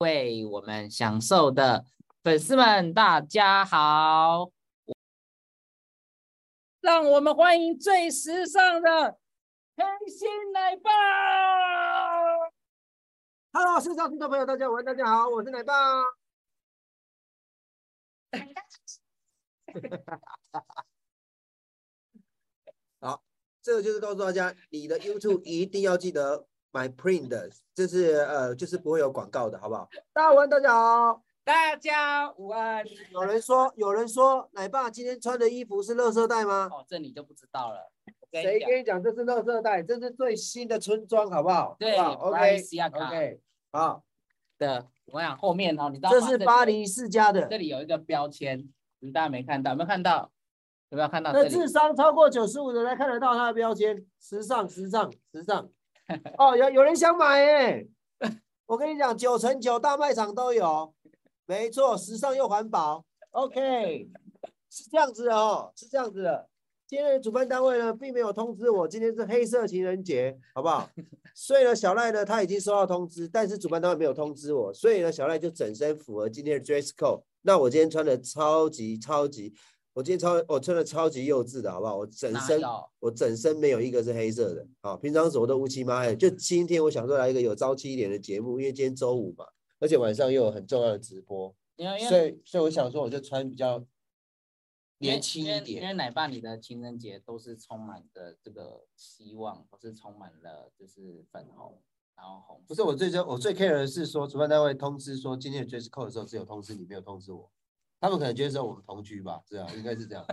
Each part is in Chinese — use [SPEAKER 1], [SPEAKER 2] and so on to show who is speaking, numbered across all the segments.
[SPEAKER 1] 为我们享受的粉丝们，大家好！
[SPEAKER 2] 让我们欢迎最时尚的黑心奶爸。
[SPEAKER 3] Hello，线上听众朋友，大家晚安，大家好，我是奶爸。好，这个就是告诉大家，你的 YouTube 一定要记得买 Print 的，这是呃，就是不会有广告的，好不好？大家晚安，大家好。
[SPEAKER 2] 大家午安。
[SPEAKER 3] 有人说，有人说，奶爸今天穿的衣服是乐色袋吗？
[SPEAKER 1] 哦，这你就不知道了。我跟
[SPEAKER 3] 谁
[SPEAKER 1] 你讲
[SPEAKER 3] 跟你讲这是乐色袋？这是最新的春装，好不好？
[SPEAKER 1] 对
[SPEAKER 3] 好不好
[SPEAKER 1] Brian
[SPEAKER 3] ，OK
[SPEAKER 1] Siakam
[SPEAKER 3] OK，好，
[SPEAKER 1] 的，我想后面哦，你知道吗
[SPEAKER 3] 这是巴，黎世家的
[SPEAKER 1] 这。里有一个标签，你大家没看到，有没有看到？有没有看到这
[SPEAKER 3] 那
[SPEAKER 1] 里？
[SPEAKER 3] 智商超过九十五的才看得到它的标签，时尚，时尚，时尚。哦，有有人想买耶、我跟你讲，九成九大卖场都有，没错，时尚又环保。OK，是这样子的哦，是这样子的。今天的主办单位呢，并没有通知我，今天是黑色情人节，好不好？ 所以呢，小赖呢，他已经收到通知，但是主办单位没有通知我，所以呢，小赖就整身符合今天的 dress code。那我今天穿的超级超级，我今天超我穿的超级幼稚的，好不好？我整
[SPEAKER 1] 哪
[SPEAKER 3] 身
[SPEAKER 1] 有？
[SPEAKER 3] 我整身没有一个是黑色的，好，平常什么都乌漆嘛黑的。就今天我想说来一个有朝气一点的节目，因为今天周五嘛，而且晚上又有很重要的直播，
[SPEAKER 1] 因为因
[SPEAKER 3] 所
[SPEAKER 1] 为
[SPEAKER 3] 以所以我想说我就穿比较
[SPEAKER 1] 因为
[SPEAKER 3] 年轻
[SPEAKER 1] 因
[SPEAKER 3] 一
[SPEAKER 1] 为因
[SPEAKER 3] 点。
[SPEAKER 1] 为奶爸你的情人节都是充满着这个希望，都是充满了就是粉红，然后红色。
[SPEAKER 3] 不是我最终我最 care 的是说，主办单位通知说今天的 dress code 的时候只有通知你，没有通知我。他们可能觉得说我们同居吧，这样应该是这样。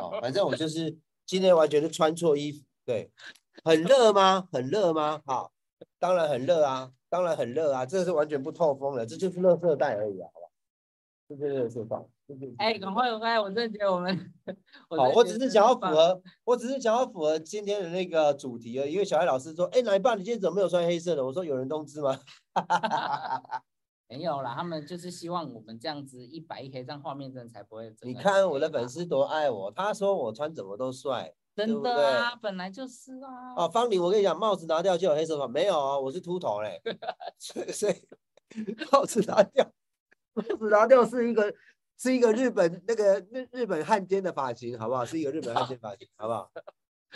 [SPEAKER 3] 哦，反正我 就是今天完全是穿错衣服，对，很热吗？很热吗？好，当然很热啊，当然很热啊，这是完全不透风的，这就是热色带而已啊，好吧？这就是热色带，这就是
[SPEAKER 1] 哎、赶快赶快！我真的觉得我们，我
[SPEAKER 3] 好，
[SPEAKER 1] 真的
[SPEAKER 3] 我
[SPEAKER 1] 觉
[SPEAKER 3] 只
[SPEAKER 1] 得
[SPEAKER 3] 是想要
[SPEAKER 1] 很
[SPEAKER 3] 符
[SPEAKER 1] 棒，
[SPEAKER 3] 合，我只是想要符合今天的那个主题而已。因为小艾老师说：“哎、奶爸，你今天怎么没有穿黑色的？”我说：“有人通知 吗？”
[SPEAKER 1] 没有啦，他们就是希望我们这样子一白一黑，这样画面真的才不会真的。
[SPEAKER 3] 你看我的粉，丝多爱我，他说我穿怎么都帅对
[SPEAKER 1] 真
[SPEAKER 3] 不
[SPEAKER 1] 的啊，本来就是啊。
[SPEAKER 3] 哦。方玲，我跟你讲，帽子拿掉就有黑色头发，没有哦，我是秃头嘞，所以所以帽子拿掉，帽子拿掉是一个是一个日本那个日日本汉奸的发型，好不好？是一个日本汉奸发型，好不好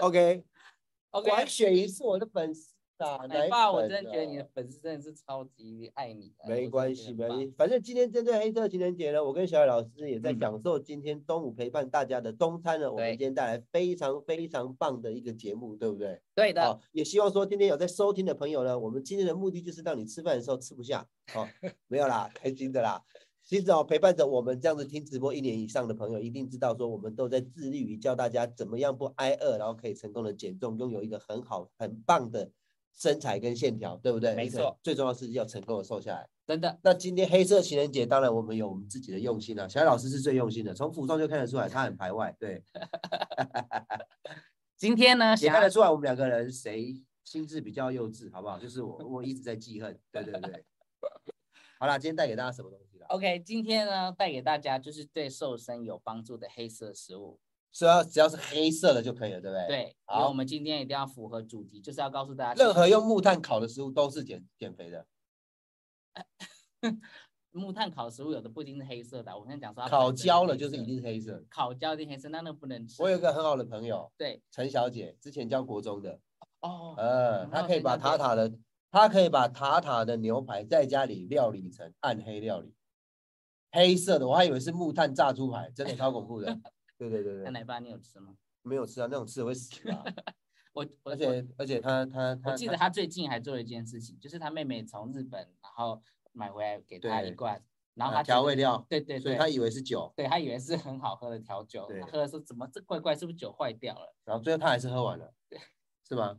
[SPEAKER 3] ？OK，
[SPEAKER 1] OK，
[SPEAKER 3] 管雪莹是我的粉丝啊，
[SPEAKER 1] 奶
[SPEAKER 3] 奶
[SPEAKER 1] 爸，我
[SPEAKER 3] 粉
[SPEAKER 1] 真的觉得你的
[SPEAKER 3] 啊
[SPEAKER 1] 粉丝真的是超级爱你的。
[SPEAKER 3] 没关系，没关
[SPEAKER 1] 系。
[SPEAKER 3] 系。反正今天针对黑色情人节呢，我跟小野老师也在
[SPEAKER 1] 嗯
[SPEAKER 3] 享受今天中午陪伴大家的中餐呢。我们
[SPEAKER 1] 对
[SPEAKER 3] 今天带来非常非常棒的一个节目，对不对？
[SPEAKER 1] 对的，
[SPEAKER 3] 好、也希望说今天有在收听的朋友呢，我们今天的目的就是让你吃饭的时候吃不下， 哦，没有啦，开心的啦。其实哦，陪伴着我们这样子听直播一年以上的朋友，一定知道说我们都在致力于教大家怎么样不挨饿，然后可以成功的减重，拥有一个很好很棒的身材跟线条，对不对？
[SPEAKER 1] 没
[SPEAKER 3] 而且
[SPEAKER 1] 错，
[SPEAKER 3] 最重要是要成功的瘦下来。
[SPEAKER 1] 真的
[SPEAKER 3] 那今天黑色情人节，当然我们有我们自己的用心了、啊小艾老师是最用心的，从服装就看得出来他很排外，对，
[SPEAKER 1] 今天呢，
[SPEAKER 3] 也
[SPEAKER 1] 想要
[SPEAKER 3] 看得出来我们两个人谁心智比较幼稚，好不好？就是我，我一直在记恨，对对对。好啦，今天带给大家什么东西啦？
[SPEAKER 1] OK，今天呢带给大家就是对瘦身有帮助的黑色食物。
[SPEAKER 3] 只要只要是黑色的就可以了，对不对？。
[SPEAKER 1] 对，因为
[SPEAKER 3] 好
[SPEAKER 1] 我们今天一定要符合主题，就是要告诉大家其
[SPEAKER 3] 任
[SPEAKER 1] 实
[SPEAKER 3] 何用木炭烤的食物都是减减肥的，
[SPEAKER 1] 木炭烤食物有的不一定是黑色的，啊我先讲说它
[SPEAKER 3] 烤
[SPEAKER 1] 本身
[SPEAKER 3] 焦了
[SPEAKER 1] 黑
[SPEAKER 3] 就是
[SPEAKER 1] 色
[SPEAKER 3] 一定是黑色的。
[SPEAKER 1] 烤焦一定黑色，那那不能吃。
[SPEAKER 3] 我有一个很好的朋友，
[SPEAKER 1] 对
[SPEAKER 3] 陈小姐，之前教国中的，
[SPEAKER 1] 哦，
[SPEAKER 3] 呃，
[SPEAKER 1] 嗯
[SPEAKER 3] 她
[SPEAKER 1] 哦
[SPEAKER 3] 可以
[SPEAKER 1] 陈
[SPEAKER 3] 把
[SPEAKER 1] 小
[SPEAKER 3] 塔
[SPEAKER 1] 姐
[SPEAKER 3] 塔的，她可以把塔塔的牛排在家里料理成暗黑料理，黑色的，我还以为是木炭炸猪排，真的超恐 怖的。对对对
[SPEAKER 1] 那
[SPEAKER 3] 对，
[SPEAKER 1] 奶爸你有吃吗？
[SPEAKER 3] 没有吃啊，那种吃了会死啊。
[SPEAKER 1] 我 我
[SPEAKER 3] 而
[SPEAKER 1] 我
[SPEAKER 3] 且而且他他
[SPEAKER 1] 我
[SPEAKER 3] 他
[SPEAKER 1] 记得他最近还做了一件事情，就是他妹妹从日本然后买回来给他一
[SPEAKER 3] 对
[SPEAKER 1] 罐，然后
[SPEAKER 3] 他
[SPEAKER 1] 他
[SPEAKER 3] 啊
[SPEAKER 1] 觉
[SPEAKER 3] 调
[SPEAKER 1] 得
[SPEAKER 3] 味，料，
[SPEAKER 1] 对对
[SPEAKER 3] 所以
[SPEAKER 1] 对，
[SPEAKER 3] 他以为是酒，
[SPEAKER 1] 对他以为是很好喝的调酒，
[SPEAKER 3] 对
[SPEAKER 1] 他喝的时候怎么这怪怪，是不是酒坏掉了？
[SPEAKER 3] 然后最后他还是喝完了，是吗？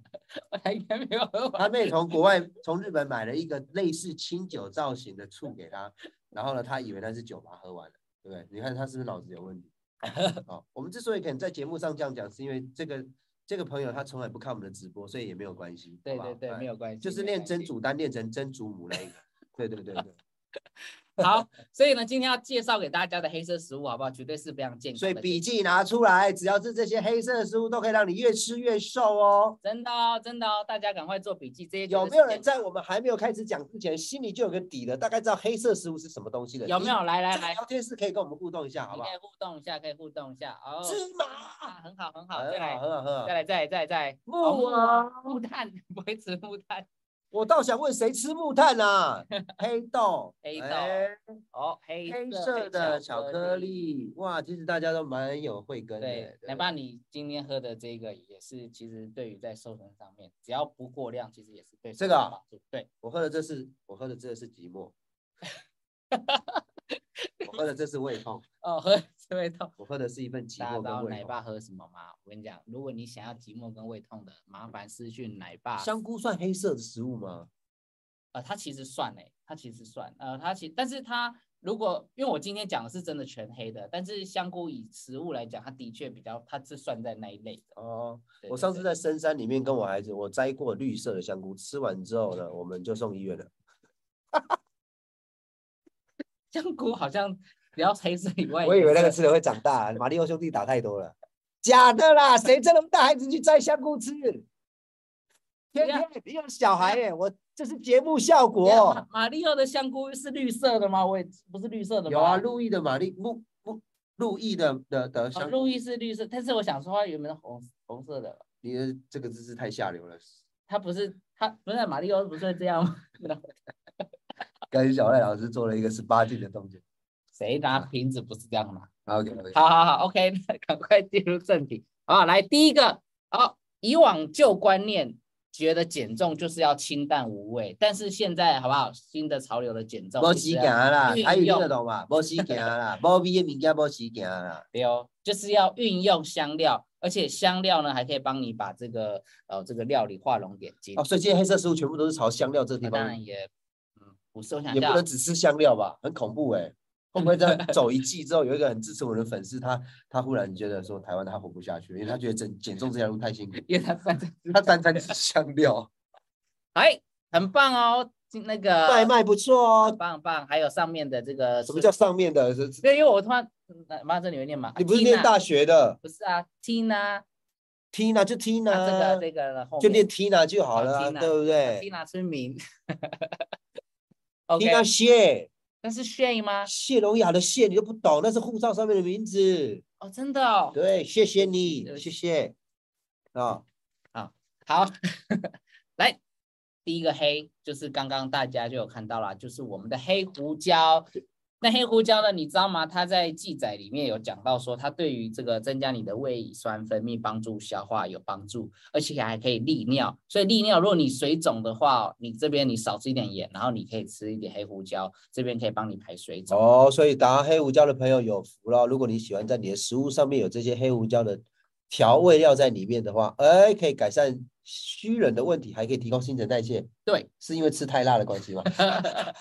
[SPEAKER 1] 他应该没有喝完。
[SPEAKER 3] 他妹从国外从日本买了一个类似清酒造型的醋给他，然后呢，他以为那是酒，把它喝完了，对不对？你看他是不是脑子有问题？好，我们之所以肯在节目上这样讲，是因为这个这个朋友他从来不看我们的直播，所以也没有关系，
[SPEAKER 1] 对
[SPEAKER 3] 好不
[SPEAKER 1] 对
[SPEAKER 3] 好
[SPEAKER 1] 对，
[SPEAKER 3] 哎
[SPEAKER 1] 没有关系，
[SPEAKER 3] 就是
[SPEAKER 1] 没有
[SPEAKER 3] 练
[SPEAKER 1] 关
[SPEAKER 3] 真
[SPEAKER 1] 系。
[SPEAKER 3] 祖丹练成真祖母那一个，对对对对。
[SPEAKER 1] 好，所以呢，今天要介绍给大家的黑色食物，好不好？绝对是非常健康的。
[SPEAKER 3] 所以笔记拿出来，只要是这些黑色的食物，都可以让你越吃越瘦哦。
[SPEAKER 1] 真的哦，真的哦，大家赶快做笔记。这些绝对
[SPEAKER 3] 有
[SPEAKER 1] 是
[SPEAKER 3] 没有
[SPEAKER 1] 健
[SPEAKER 3] 人在我们还没有开始讲之前，心里就有个底了，大概知道黑色食物是什么东西的？
[SPEAKER 1] 有没有？来来
[SPEAKER 3] 这个
[SPEAKER 1] 来，
[SPEAKER 3] 聊天室可以跟我们互动一下，好
[SPEAKER 1] 你
[SPEAKER 3] 不好
[SPEAKER 1] 可？以互动一下，可以互动一下。哦，
[SPEAKER 3] 芝
[SPEAKER 1] 啊，
[SPEAKER 3] 麻，哎
[SPEAKER 1] 很好很好，
[SPEAKER 3] 很
[SPEAKER 1] 再
[SPEAKER 3] 好，
[SPEAKER 1] 来
[SPEAKER 3] 很好，很
[SPEAKER 1] 再
[SPEAKER 3] 好。
[SPEAKER 1] 来再来再来再来。哦
[SPEAKER 3] 木
[SPEAKER 1] 耳
[SPEAKER 3] 啊，
[SPEAKER 1] 木炭不会吃木炭。
[SPEAKER 3] 我倒想问谁吃木 炭啊？黑豆，
[SPEAKER 1] 黑豆
[SPEAKER 3] 哎
[SPEAKER 1] 哦，黑
[SPEAKER 3] 黑
[SPEAKER 1] 色
[SPEAKER 3] 色的
[SPEAKER 1] 巧
[SPEAKER 3] 巧
[SPEAKER 1] 克
[SPEAKER 3] 克。力，哇，其实大家都蛮有慧根的。
[SPEAKER 1] 对，
[SPEAKER 3] 对
[SPEAKER 1] 来吧，你今天喝的这个也是，其实对于在瘦身上面，只要不过量，其实也是对
[SPEAKER 3] 这个
[SPEAKER 1] 瘦身
[SPEAKER 3] 啊
[SPEAKER 1] 有帮助对，
[SPEAKER 3] 我喝的这是，我喝的这是 寂寞，我喝的这是胃痛，
[SPEAKER 1] 哦，喝这胃痛。
[SPEAKER 3] 我喝的是一份寂
[SPEAKER 1] 大家
[SPEAKER 3] 寞
[SPEAKER 1] 知道
[SPEAKER 3] 跟
[SPEAKER 1] 奶
[SPEAKER 3] 胃痛。
[SPEAKER 1] 爸喝什么吗？我跟你讲，如果你想要寂寞跟胃痛的，麻烦私讯奶爸。
[SPEAKER 3] 香菇算黑色的食物吗？
[SPEAKER 1] 呃，它其实算嘞，它其实算，呃，它其但是它如果因为我今天讲的是真的全黑的，但是香菇以食物来讲，它的确比较，它是算在那一类的。
[SPEAKER 3] 哦，
[SPEAKER 1] 对
[SPEAKER 3] 我
[SPEAKER 1] 对
[SPEAKER 3] 上次
[SPEAKER 1] 对
[SPEAKER 3] 在深山里面跟我孩子，我摘过绿色的香菇，吃完之后呢，我们就送医院了。
[SPEAKER 1] 香菇好像只要黑色以外，
[SPEAKER 3] 我以为那个
[SPEAKER 1] 是
[SPEAKER 3] 吃了会长大，马里奥兄弟打太多了，假的啦！谁这么大孩子去摘香菇吃？天
[SPEAKER 1] 呀
[SPEAKER 3] 天你有小孩耶、我这是节目效
[SPEAKER 1] 对啊
[SPEAKER 3] 果。
[SPEAKER 1] 马马里奥的香菇是绿色的吗？我也不是绿色的吧？
[SPEAKER 3] 有啊，路易的玛丽路路路易的的的
[SPEAKER 1] 哦
[SPEAKER 3] 香菇，
[SPEAKER 1] 路易是绿色，但是我想说它原本是红红色的，
[SPEAKER 3] 你的这个姿势太下流了，
[SPEAKER 1] 它不是它不是马里奥不是这样吗？
[SPEAKER 3] 跟小赖老师做了一个十八禁的动作。
[SPEAKER 1] 谁拿瓶子不是这样吗？
[SPEAKER 3] OK OK，
[SPEAKER 1] 好好好，OK，那 赶快进入正题。好，来第一个，好，以往旧观念觉得减重就是要清淡无味，但是现在好不好？新的潮流的减重
[SPEAKER 3] 没
[SPEAKER 1] 就是
[SPEAKER 3] 时
[SPEAKER 1] 要
[SPEAKER 3] 间啦，
[SPEAKER 1] 运
[SPEAKER 3] 台语听
[SPEAKER 1] 用
[SPEAKER 3] 得懂嘛？没时间啦，没味的物件没时 间啦。
[SPEAKER 1] 对哦，就是要运用香料，而且香料呢还可以帮你把这个呃这个料理画龙点睛。
[SPEAKER 3] 哦，所以今天黑色食物全部都是朝香料这个地
[SPEAKER 1] 那
[SPEAKER 3] 方
[SPEAKER 1] 当然也，嗯，不是我想
[SPEAKER 3] 也
[SPEAKER 1] 一
[SPEAKER 3] 不
[SPEAKER 1] 下
[SPEAKER 3] 能，只吃香料吧，很恐怖哎、会不会在走一季之后，有一个很支持我的粉丝，他他忽然觉得说台湾他活不下去了，因为他觉得减减重这条路太辛苦，
[SPEAKER 1] 因为它算在，
[SPEAKER 3] 他单单吃香料，
[SPEAKER 1] 哎，很棒哦，今那个
[SPEAKER 3] 卖卖不错
[SPEAKER 1] 很
[SPEAKER 3] 哦。
[SPEAKER 1] 棒很棒，还有上面的这个
[SPEAKER 3] 什么叫？上面的？是是
[SPEAKER 1] 对，因为我突然，嗯妈这里面念嘛，啊
[SPEAKER 3] 你不是念
[SPEAKER 1] Tina
[SPEAKER 3] 大学的
[SPEAKER 1] 不是啊，Tina，
[SPEAKER 3] ，Tina 就
[SPEAKER 1] 那啊这个
[SPEAKER 3] Tina，
[SPEAKER 1] 这个的后
[SPEAKER 3] 就
[SPEAKER 1] 面
[SPEAKER 3] 念 Tina 就好了啊，
[SPEAKER 1] Tina，
[SPEAKER 3] 对不对
[SPEAKER 1] Tina 村民 ，OK，
[SPEAKER 3] ？Tina 谢
[SPEAKER 1] 那是 Shane 吗？
[SPEAKER 3] 谢龙雅的谢，你都不懂，那是护照上面的名字。
[SPEAKER 1] 哦，真的哦，
[SPEAKER 3] 对，谢谢你，
[SPEAKER 1] 对
[SPEAKER 3] 谢谢。啊，
[SPEAKER 1] 好， 来，第一个黑就是刚刚大家就有看到了，就是我们的黑胡椒。那黑胡椒呢？你知道吗？它在记载里面有讲到说，它对于这个增加你的胃乙酸分泌、帮助消化有帮助，而且还可以利尿。所以利尿，如果你水肿的话，哦你这边你少吃一点盐，然后你可以吃一点黑胡椒，这边可以帮你排水肿。
[SPEAKER 3] 哦，所以打黑胡椒的朋友有福了。如果你喜欢在你的食物上面有这些黑胡椒的调味料在里面的话，哎，可以改善虚冷的问题，还可以提高新陈代谢。
[SPEAKER 1] 对，
[SPEAKER 3] 是因为吃太辣的关系 吗？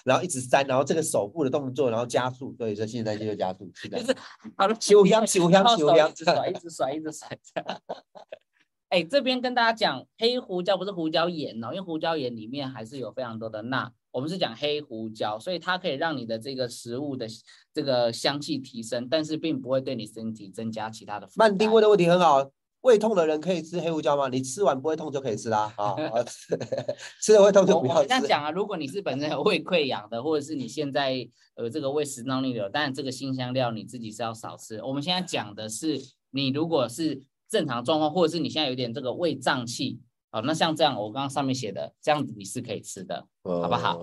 [SPEAKER 3] 然后一直扇，然后这个手部的动作，然后加速，所以说新陈代谢就加速。是的
[SPEAKER 1] 就是好了，
[SPEAKER 3] 咻香咻香
[SPEAKER 1] 然后手
[SPEAKER 3] 咻香
[SPEAKER 1] 一直甩，一直甩，一直甩。这样哎，这边跟大家讲，黑胡椒不是胡椒盐哦，因为胡椒盐里面还是有非常多的钠。我们是讲黑胡椒，所以它可以让你的这个食物的这个香气提升，但是并不会对你身体增加其他的负担。
[SPEAKER 3] 慢丁问的问题很好，胃痛的人可以吃黑胡椒吗？你吃完不会痛就可以吃啦。啊，好 吃了会痛就
[SPEAKER 1] 我
[SPEAKER 3] 不
[SPEAKER 1] 我
[SPEAKER 3] 要
[SPEAKER 1] 们
[SPEAKER 3] 吃
[SPEAKER 1] 这。样讲啊，如果你是本身有胃溃疡的，或者是你现在呃这个胃食道逆流，当然这个辛香料你自己是要少吃。我们现在讲的是，你如果是正常状况，或者是你现在有点这个胃胀气，好，那像这样我刚刚上面写的，这样子你是可以吃的。
[SPEAKER 3] 好
[SPEAKER 1] 不好？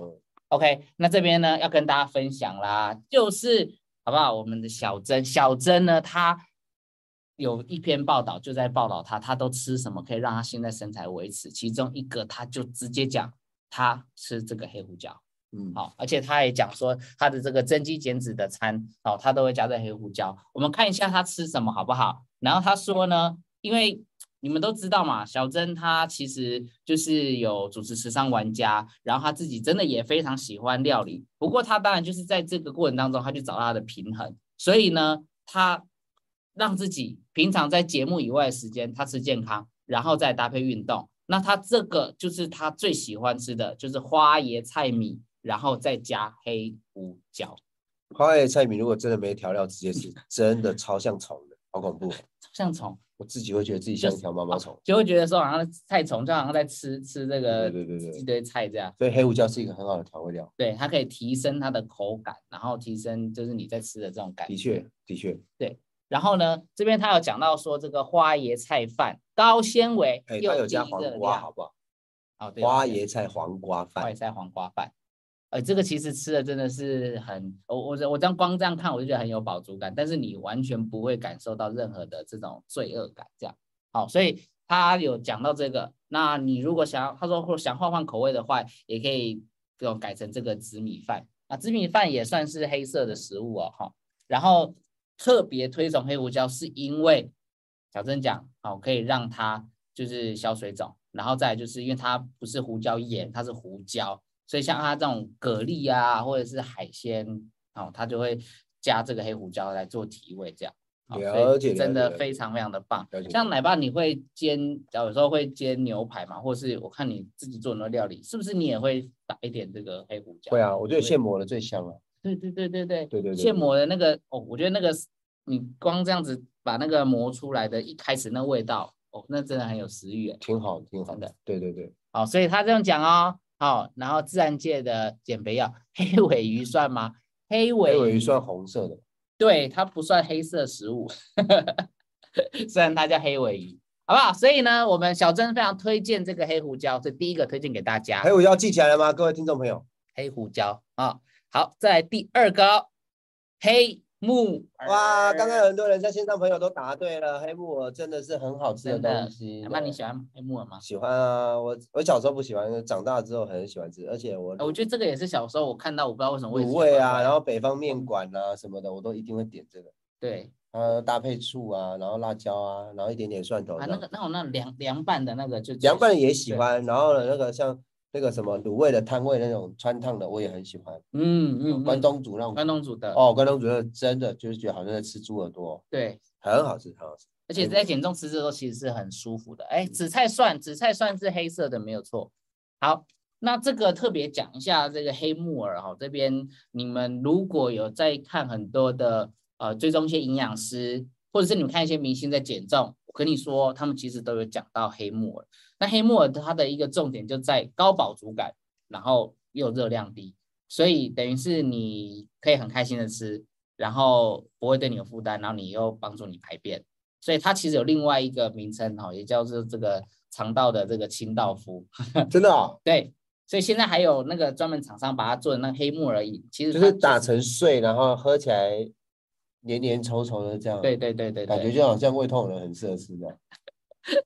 [SPEAKER 1] OK，那
[SPEAKER 3] 呃
[SPEAKER 1] 这边呢要跟大家分享啦，就是好不好？我们的小珍，小珍呢，她有一篇报道就在报道她，她都吃什么可以让她现在身材维持？其中一个，她就直接讲她吃这个黑胡椒，
[SPEAKER 3] 嗯，
[SPEAKER 1] 好、而且她也讲说她的这个增肌减脂的餐，好、她都会加在黑胡椒。我们看一下她吃什么好不好？然后她说呢，因为你们都知道嘛，小珍她其实就是有主持时尚玩家，然后她自己真的也非常喜欢料理。不过她当然就是在这个过程当中，她去找到她的平衡。所以呢，她让自己平常在节目以外的时间，她吃健康，然后再搭配运动。那她这个就是她最喜欢吃的，就是花椰菜米，然后再加黑胡椒，
[SPEAKER 3] 花椰菜米如果真的没调料，直接吃，真的超像虫的，好恐怖哦！
[SPEAKER 1] 像虫
[SPEAKER 3] 我自己会觉得自己像条毛毛虫。
[SPEAKER 1] 就会觉得说好像菜虫，就好像在吃吃这
[SPEAKER 3] 对
[SPEAKER 1] 个
[SPEAKER 3] 对对对
[SPEAKER 1] 一
[SPEAKER 3] 对，
[SPEAKER 1] 堆菜这样。
[SPEAKER 3] 所以黑胡椒是一个很好的调味料，
[SPEAKER 1] 对，它可以提升它的口感，然后提升就是你在吃的这种感
[SPEAKER 3] 的
[SPEAKER 1] 觉。
[SPEAKER 3] 确的确。
[SPEAKER 1] 然后呢，这边他有讲到说这个花椰菜饭高纤维
[SPEAKER 3] 哎，
[SPEAKER 1] 又
[SPEAKER 3] 它有
[SPEAKER 1] 低
[SPEAKER 3] 加黄
[SPEAKER 1] 热
[SPEAKER 3] 瓜，
[SPEAKER 1] 量
[SPEAKER 3] 好不好？
[SPEAKER 1] 哦，对，
[SPEAKER 3] 花
[SPEAKER 1] 对
[SPEAKER 3] 椰菜黄
[SPEAKER 1] 花
[SPEAKER 3] 瓜饭
[SPEAKER 1] 椰，菜黄瓜饭。呃，这个其实吃的真的是很，我我这我这样光这样看我就觉得很有饱足感，但是你完全不会感受到任何的这种罪恶感，这样。好，所以他有讲到这个，那你如果想要，他说或想换换口味的话，也可以这种改成这个紫米饭啊，紫米饭也算是黑色的食物哦，哈、然后特别推崇黑胡椒，是因为小郑讲，好、可以让它就是消水肿，然后再来就是因为它不是胡椒盐，它是胡椒，所以像它这种蛤蜊啊，或者是海鲜，哦，它就会加这个黑胡椒来做提味，这样。好所
[SPEAKER 3] 了
[SPEAKER 1] 以
[SPEAKER 3] 解了
[SPEAKER 1] 真
[SPEAKER 3] 解
[SPEAKER 1] 的
[SPEAKER 3] 了
[SPEAKER 1] 非
[SPEAKER 3] 解
[SPEAKER 1] 常非常的棒。
[SPEAKER 3] 了解
[SPEAKER 1] 像奶爸，你会煎，有时候会煎牛排嘛，或是我看你自己做很多料理，是不是你也会打一点这个黑胡椒？
[SPEAKER 3] 会啊，我觉得
[SPEAKER 1] 对
[SPEAKER 3] 现磨的最香了。
[SPEAKER 1] 对对对对对
[SPEAKER 3] 对对对
[SPEAKER 1] 现
[SPEAKER 3] 对
[SPEAKER 1] 磨的那个哦，我觉得那个是你光这样子把那个磨出来的，一开始那味道哦，那真的很有食欲诶。
[SPEAKER 3] 挺好，挺好
[SPEAKER 1] 真的。
[SPEAKER 3] 对对对，
[SPEAKER 1] 好、所以他这样讲哦，好、然后自然界的减肥药，黑尾鱼算吗？黑尾
[SPEAKER 3] 黑尾鱼算红色的，
[SPEAKER 1] 对，它不算黑色食物， 虽然它叫黑尾鱼，好不好？所以呢，我们小珍非常推荐这个黑胡椒，是第一个推荐给大家
[SPEAKER 3] 黑。尾鱼要记起来了吗？各位听众朋友，
[SPEAKER 1] 黑胡椒啊、好，再来第二个哦，黑木耳。
[SPEAKER 3] 哇，刚刚有很多人在线上朋友都答对了，黑木耳真的是很好吃的
[SPEAKER 1] 真的
[SPEAKER 3] 东西。
[SPEAKER 1] 那你
[SPEAKER 3] 对
[SPEAKER 1] 喜欢黑木耳吗？
[SPEAKER 3] 喜欢啊，我我小时候不喜欢，长大之后很喜欢吃，而且我
[SPEAKER 1] 呃我觉得这个也是小时候我看到，我不知道为什么我也
[SPEAKER 3] 卤
[SPEAKER 1] 是
[SPEAKER 3] 味
[SPEAKER 1] 喜
[SPEAKER 3] 啊，
[SPEAKER 1] 欢
[SPEAKER 3] 然后北方面馆啊什么的，我都一定会点这个，
[SPEAKER 1] 对
[SPEAKER 3] 呃，搭配醋啊，然后辣椒啊，然后一点点蒜头
[SPEAKER 1] 啊
[SPEAKER 3] 这
[SPEAKER 1] 那
[SPEAKER 3] 样。
[SPEAKER 1] 个那种那种凉凉拌的那个就
[SPEAKER 3] 凉拌的也喜
[SPEAKER 1] 对
[SPEAKER 3] 欢，然后呢，那个像那个什么卤味的摊位那种川烫的，我也很喜欢。
[SPEAKER 1] 嗯嗯
[SPEAKER 3] 关
[SPEAKER 1] 嗯
[SPEAKER 3] 东煮那种
[SPEAKER 1] 关东煮的
[SPEAKER 3] 哦，关东煮那真的就是觉得好像在吃猪耳朵，
[SPEAKER 1] 对
[SPEAKER 3] 很好吃，很 好吃。
[SPEAKER 1] 而且
[SPEAKER 3] 嗯
[SPEAKER 1] 在减重吃这都其实是很舒服的。哎，紫菜蒜，紫菜蒜是黑色的，没有错。好，那这个特别讲一下这个黑木耳哈、这边你们如果有在看很多的呃追踪一些营养师，或者是你们看一些明星在减重，我跟你说，他们其实都有讲到黑木耳。那黑木耳它的一个重点就在高饱足感，然后又热量低，所以等于是你可以很开心的吃，然后不会对你有负担，然后你又帮助你排便，所以它其实有另外一个名称哈、哦，也叫做这个肠道的这个清道夫。
[SPEAKER 3] 真的哦、
[SPEAKER 1] 对，所以现在还有那个专门厂商把它做的那个黑木耳饮，其实
[SPEAKER 3] 就
[SPEAKER 1] 它
[SPEAKER 3] 是打成碎，然后喝起来黏黏稠稠的这样，
[SPEAKER 1] 对，对对对
[SPEAKER 3] 感觉
[SPEAKER 1] 对
[SPEAKER 3] 就好像胃痛的人很适合吃 这样。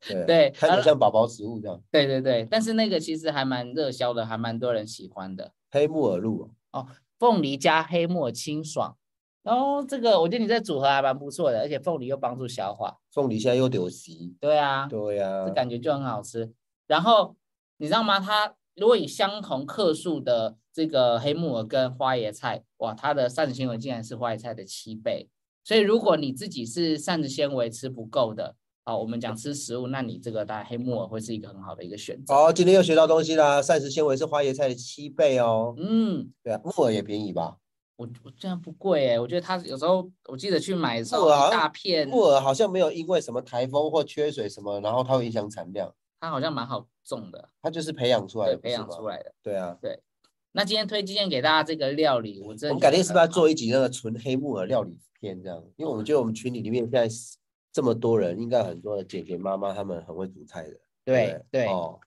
[SPEAKER 3] 对
[SPEAKER 1] 对
[SPEAKER 3] 看起
[SPEAKER 1] 啊
[SPEAKER 3] 来像宝宝食物这样。
[SPEAKER 1] 对对对，但是那个其实还蛮热销的，还蛮多人喜欢的。
[SPEAKER 3] 黑木耳露哦，
[SPEAKER 1] 凤梨加黑木耳清爽，然后这个我觉得你这组合还蛮不错的，而且凤梨又帮助消化。
[SPEAKER 3] 凤梨现在又流席。
[SPEAKER 1] 对啊，
[SPEAKER 3] 对呀、
[SPEAKER 1] 这感觉就很好吃。然后你知道吗？它如果以相同克数的这个黑木耳跟花椰菜，哇，它的膳食纤维竟然是花椰菜的七倍。所以如果你自己是膳食纤维吃不够的，好，我们讲吃食物，那你这个当然黑木耳会是一个很好的一个选择。
[SPEAKER 3] 好、哦今天又学到东西啦！膳食纤维是花椰菜的七倍哦。
[SPEAKER 1] 嗯，
[SPEAKER 3] 对啊，木耳也便宜吧？
[SPEAKER 1] 我我这样不贵哎，我觉得它有时候我记得去买的时
[SPEAKER 3] 木
[SPEAKER 1] 候
[SPEAKER 3] 耳
[SPEAKER 1] 一大片，
[SPEAKER 3] 木耳好像没有因为什么台风或缺水什么，然后它会影响产量，
[SPEAKER 1] 它好像蛮好种的，
[SPEAKER 3] 它就是培养出来
[SPEAKER 1] 对，
[SPEAKER 3] 的，
[SPEAKER 1] 培养出
[SPEAKER 3] 来。
[SPEAKER 1] 来的。
[SPEAKER 3] 对啊，
[SPEAKER 1] 那今天推荐给大家这个料理，我真
[SPEAKER 3] 我
[SPEAKER 1] 的
[SPEAKER 3] 们改
[SPEAKER 1] 觉
[SPEAKER 3] 天
[SPEAKER 1] 得
[SPEAKER 3] 是不是要
[SPEAKER 1] 很好
[SPEAKER 3] 做一集那个纯黑木耳料理片这样？因为我们觉得我们群里里面现在是这么多人，应该很多的姐姐妈妈她们很会煮菜的。
[SPEAKER 1] 对
[SPEAKER 3] 不
[SPEAKER 1] 对
[SPEAKER 3] 哦，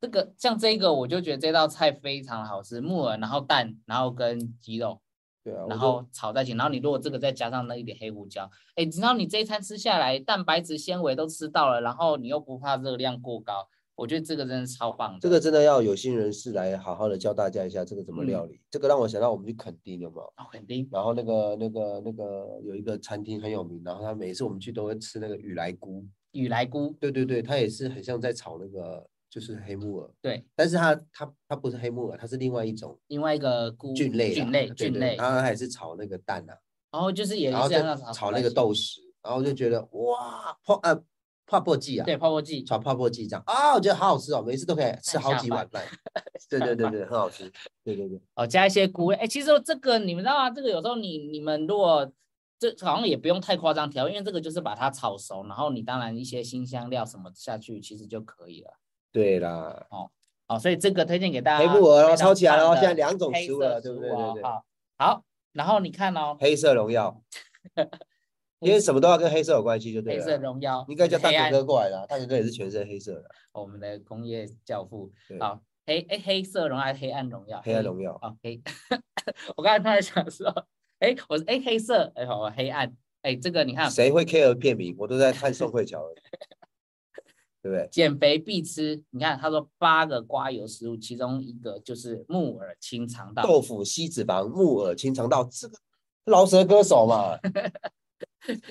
[SPEAKER 1] 这个像这个，我就觉得这道菜非常好吃，木耳，然后蛋，然后跟鸡肉，
[SPEAKER 3] 对啊，我
[SPEAKER 1] 然
[SPEAKER 3] 就
[SPEAKER 1] 后炒在一起。然后你如果这个再加上那一点黑胡椒，哎，你知道你这一餐吃下来，蛋白质、纤维都吃到了，然后你又不怕热量过高，我觉得这个真的超棒的。
[SPEAKER 3] 这个真的要有心人士来好好的教大家一下这个怎么
[SPEAKER 1] 嗯
[SPEAKER 3] 料理。这个让我想到我们去垦丁有没有？
[SPEAKER 1] 哦肯定
[SPEAKER 3] 然后那个那个那个有一个餐厅很有名，然后他每一次我们去都会吃那个雨来菇。
[SPEAKER 1] 雨来菇，
[SPEAKER 3] 对对对，它也是很像在炒那个就是黑木耳，
[SPEAKER 1] 对，
[SPEAKER 3] 但是它它它不是黑木耳，它是另外一种
[SPEAKER 1] 另外一个菇
[SPEAKER 3] 菌类啦，
[SPEAKER 1] 菌类
[SPEAKER 3] 对
[SPEAKER 1] 菌
[SPEAKER 3] 对
[SPEAKER 1] 类，然
[SPEAKER 3] 它还是炒那个蛋啊，
[SPEAKER 1] 后就是也
[SPEAKER 3] 然后
[SPEAKER 1] 是
[SPEAKER 3] 再
[SPEAKER 1] 要让它
[SPEAKER 3] 炒
[SPEAKER 1] 在
[SPEAKER 3] 那
[SPEAKER 1] 一
[SPEAKER 3] 个
[SPEAKER 1] 起
[SPEAKER 3] 豆豉，然后就觉得哇，碰啊泡泡剂啊，
[SPEAKER 1] 对，泡泡剂，
[SPEAKER 3] 炒泡泡剂这样啊，我觉得好好吃哦，每次都可以吃好 几碗饭。哎对对对对，很好吃。对对对，
[SPEAKER 1] 哦，加一些菇味。哎，其实这个你们知道吗？这个有时候你你们如果这好像也不用太夸张调，因为这个就是把它炒熟，然后你当然一些新香料什么下去，其实就可以了。
[SPEAKER 3] 对啦，
[SPEAKER 1] 哦，所以这个推荐给大家。
[SPEAKER 3] 黑布鹅咯
[SPEAKER 1] 非常
[SPEAKER 3] 抄起来
[SPEAKER 1] 棒
[SPEAKER 3] 咯
[SPEAKER 1] 的
[SPEAKER 3] 现在两种
[SPEAKER 1] 黑
[SPEAKER 3] 食物
[SPEAKER 1] 色
[SPEAKER 3] 了对不对
[SPEAKER 1] 哦
[SPEAKER 3] 对对
[SPEAKER 1] 好，好，然后你看哦，
[SPEAKER 3] 黑色 荣耀，因为什么都要跟黑色有关系，就对
[SPEAKER 1] 黑
[SPEAKER 3] 了。
[SPEAKER 1] 色荣耀，
[SPEAKER 3] 应该叫
[SPEAKER 1] 黑
[SPEAKER 3] 大
[SPEAKER 1] 暗
[SPEAKER 3] 哥哥过来啦，大哥哥也是全身黑色的，
[SPEAKER 1] 我们的工业教父
[SPEAKER 3] 对。
[SPEAKER 1] 好，黑哎黑色荣耀还是黑暗荣耀？
[SPEAKER 3] 黑暗荣 耀。
[SPEAKER 1] 哦黑，我刚才突然想说，哎我是哎黑色哎好黑暗哎这个你看
[SPEAKER 3] 谁会 care 片名？我都在看宋慧 乔而已，对不对？
[SPEAKER 1] 减肥必吃，你看他说八个瓜油食物，其中一个就是木耳清肠道，
[SPEAKER 3] 豆腐、吸脂肪、木耳、清肠道，这个饶舌歌 手嘛，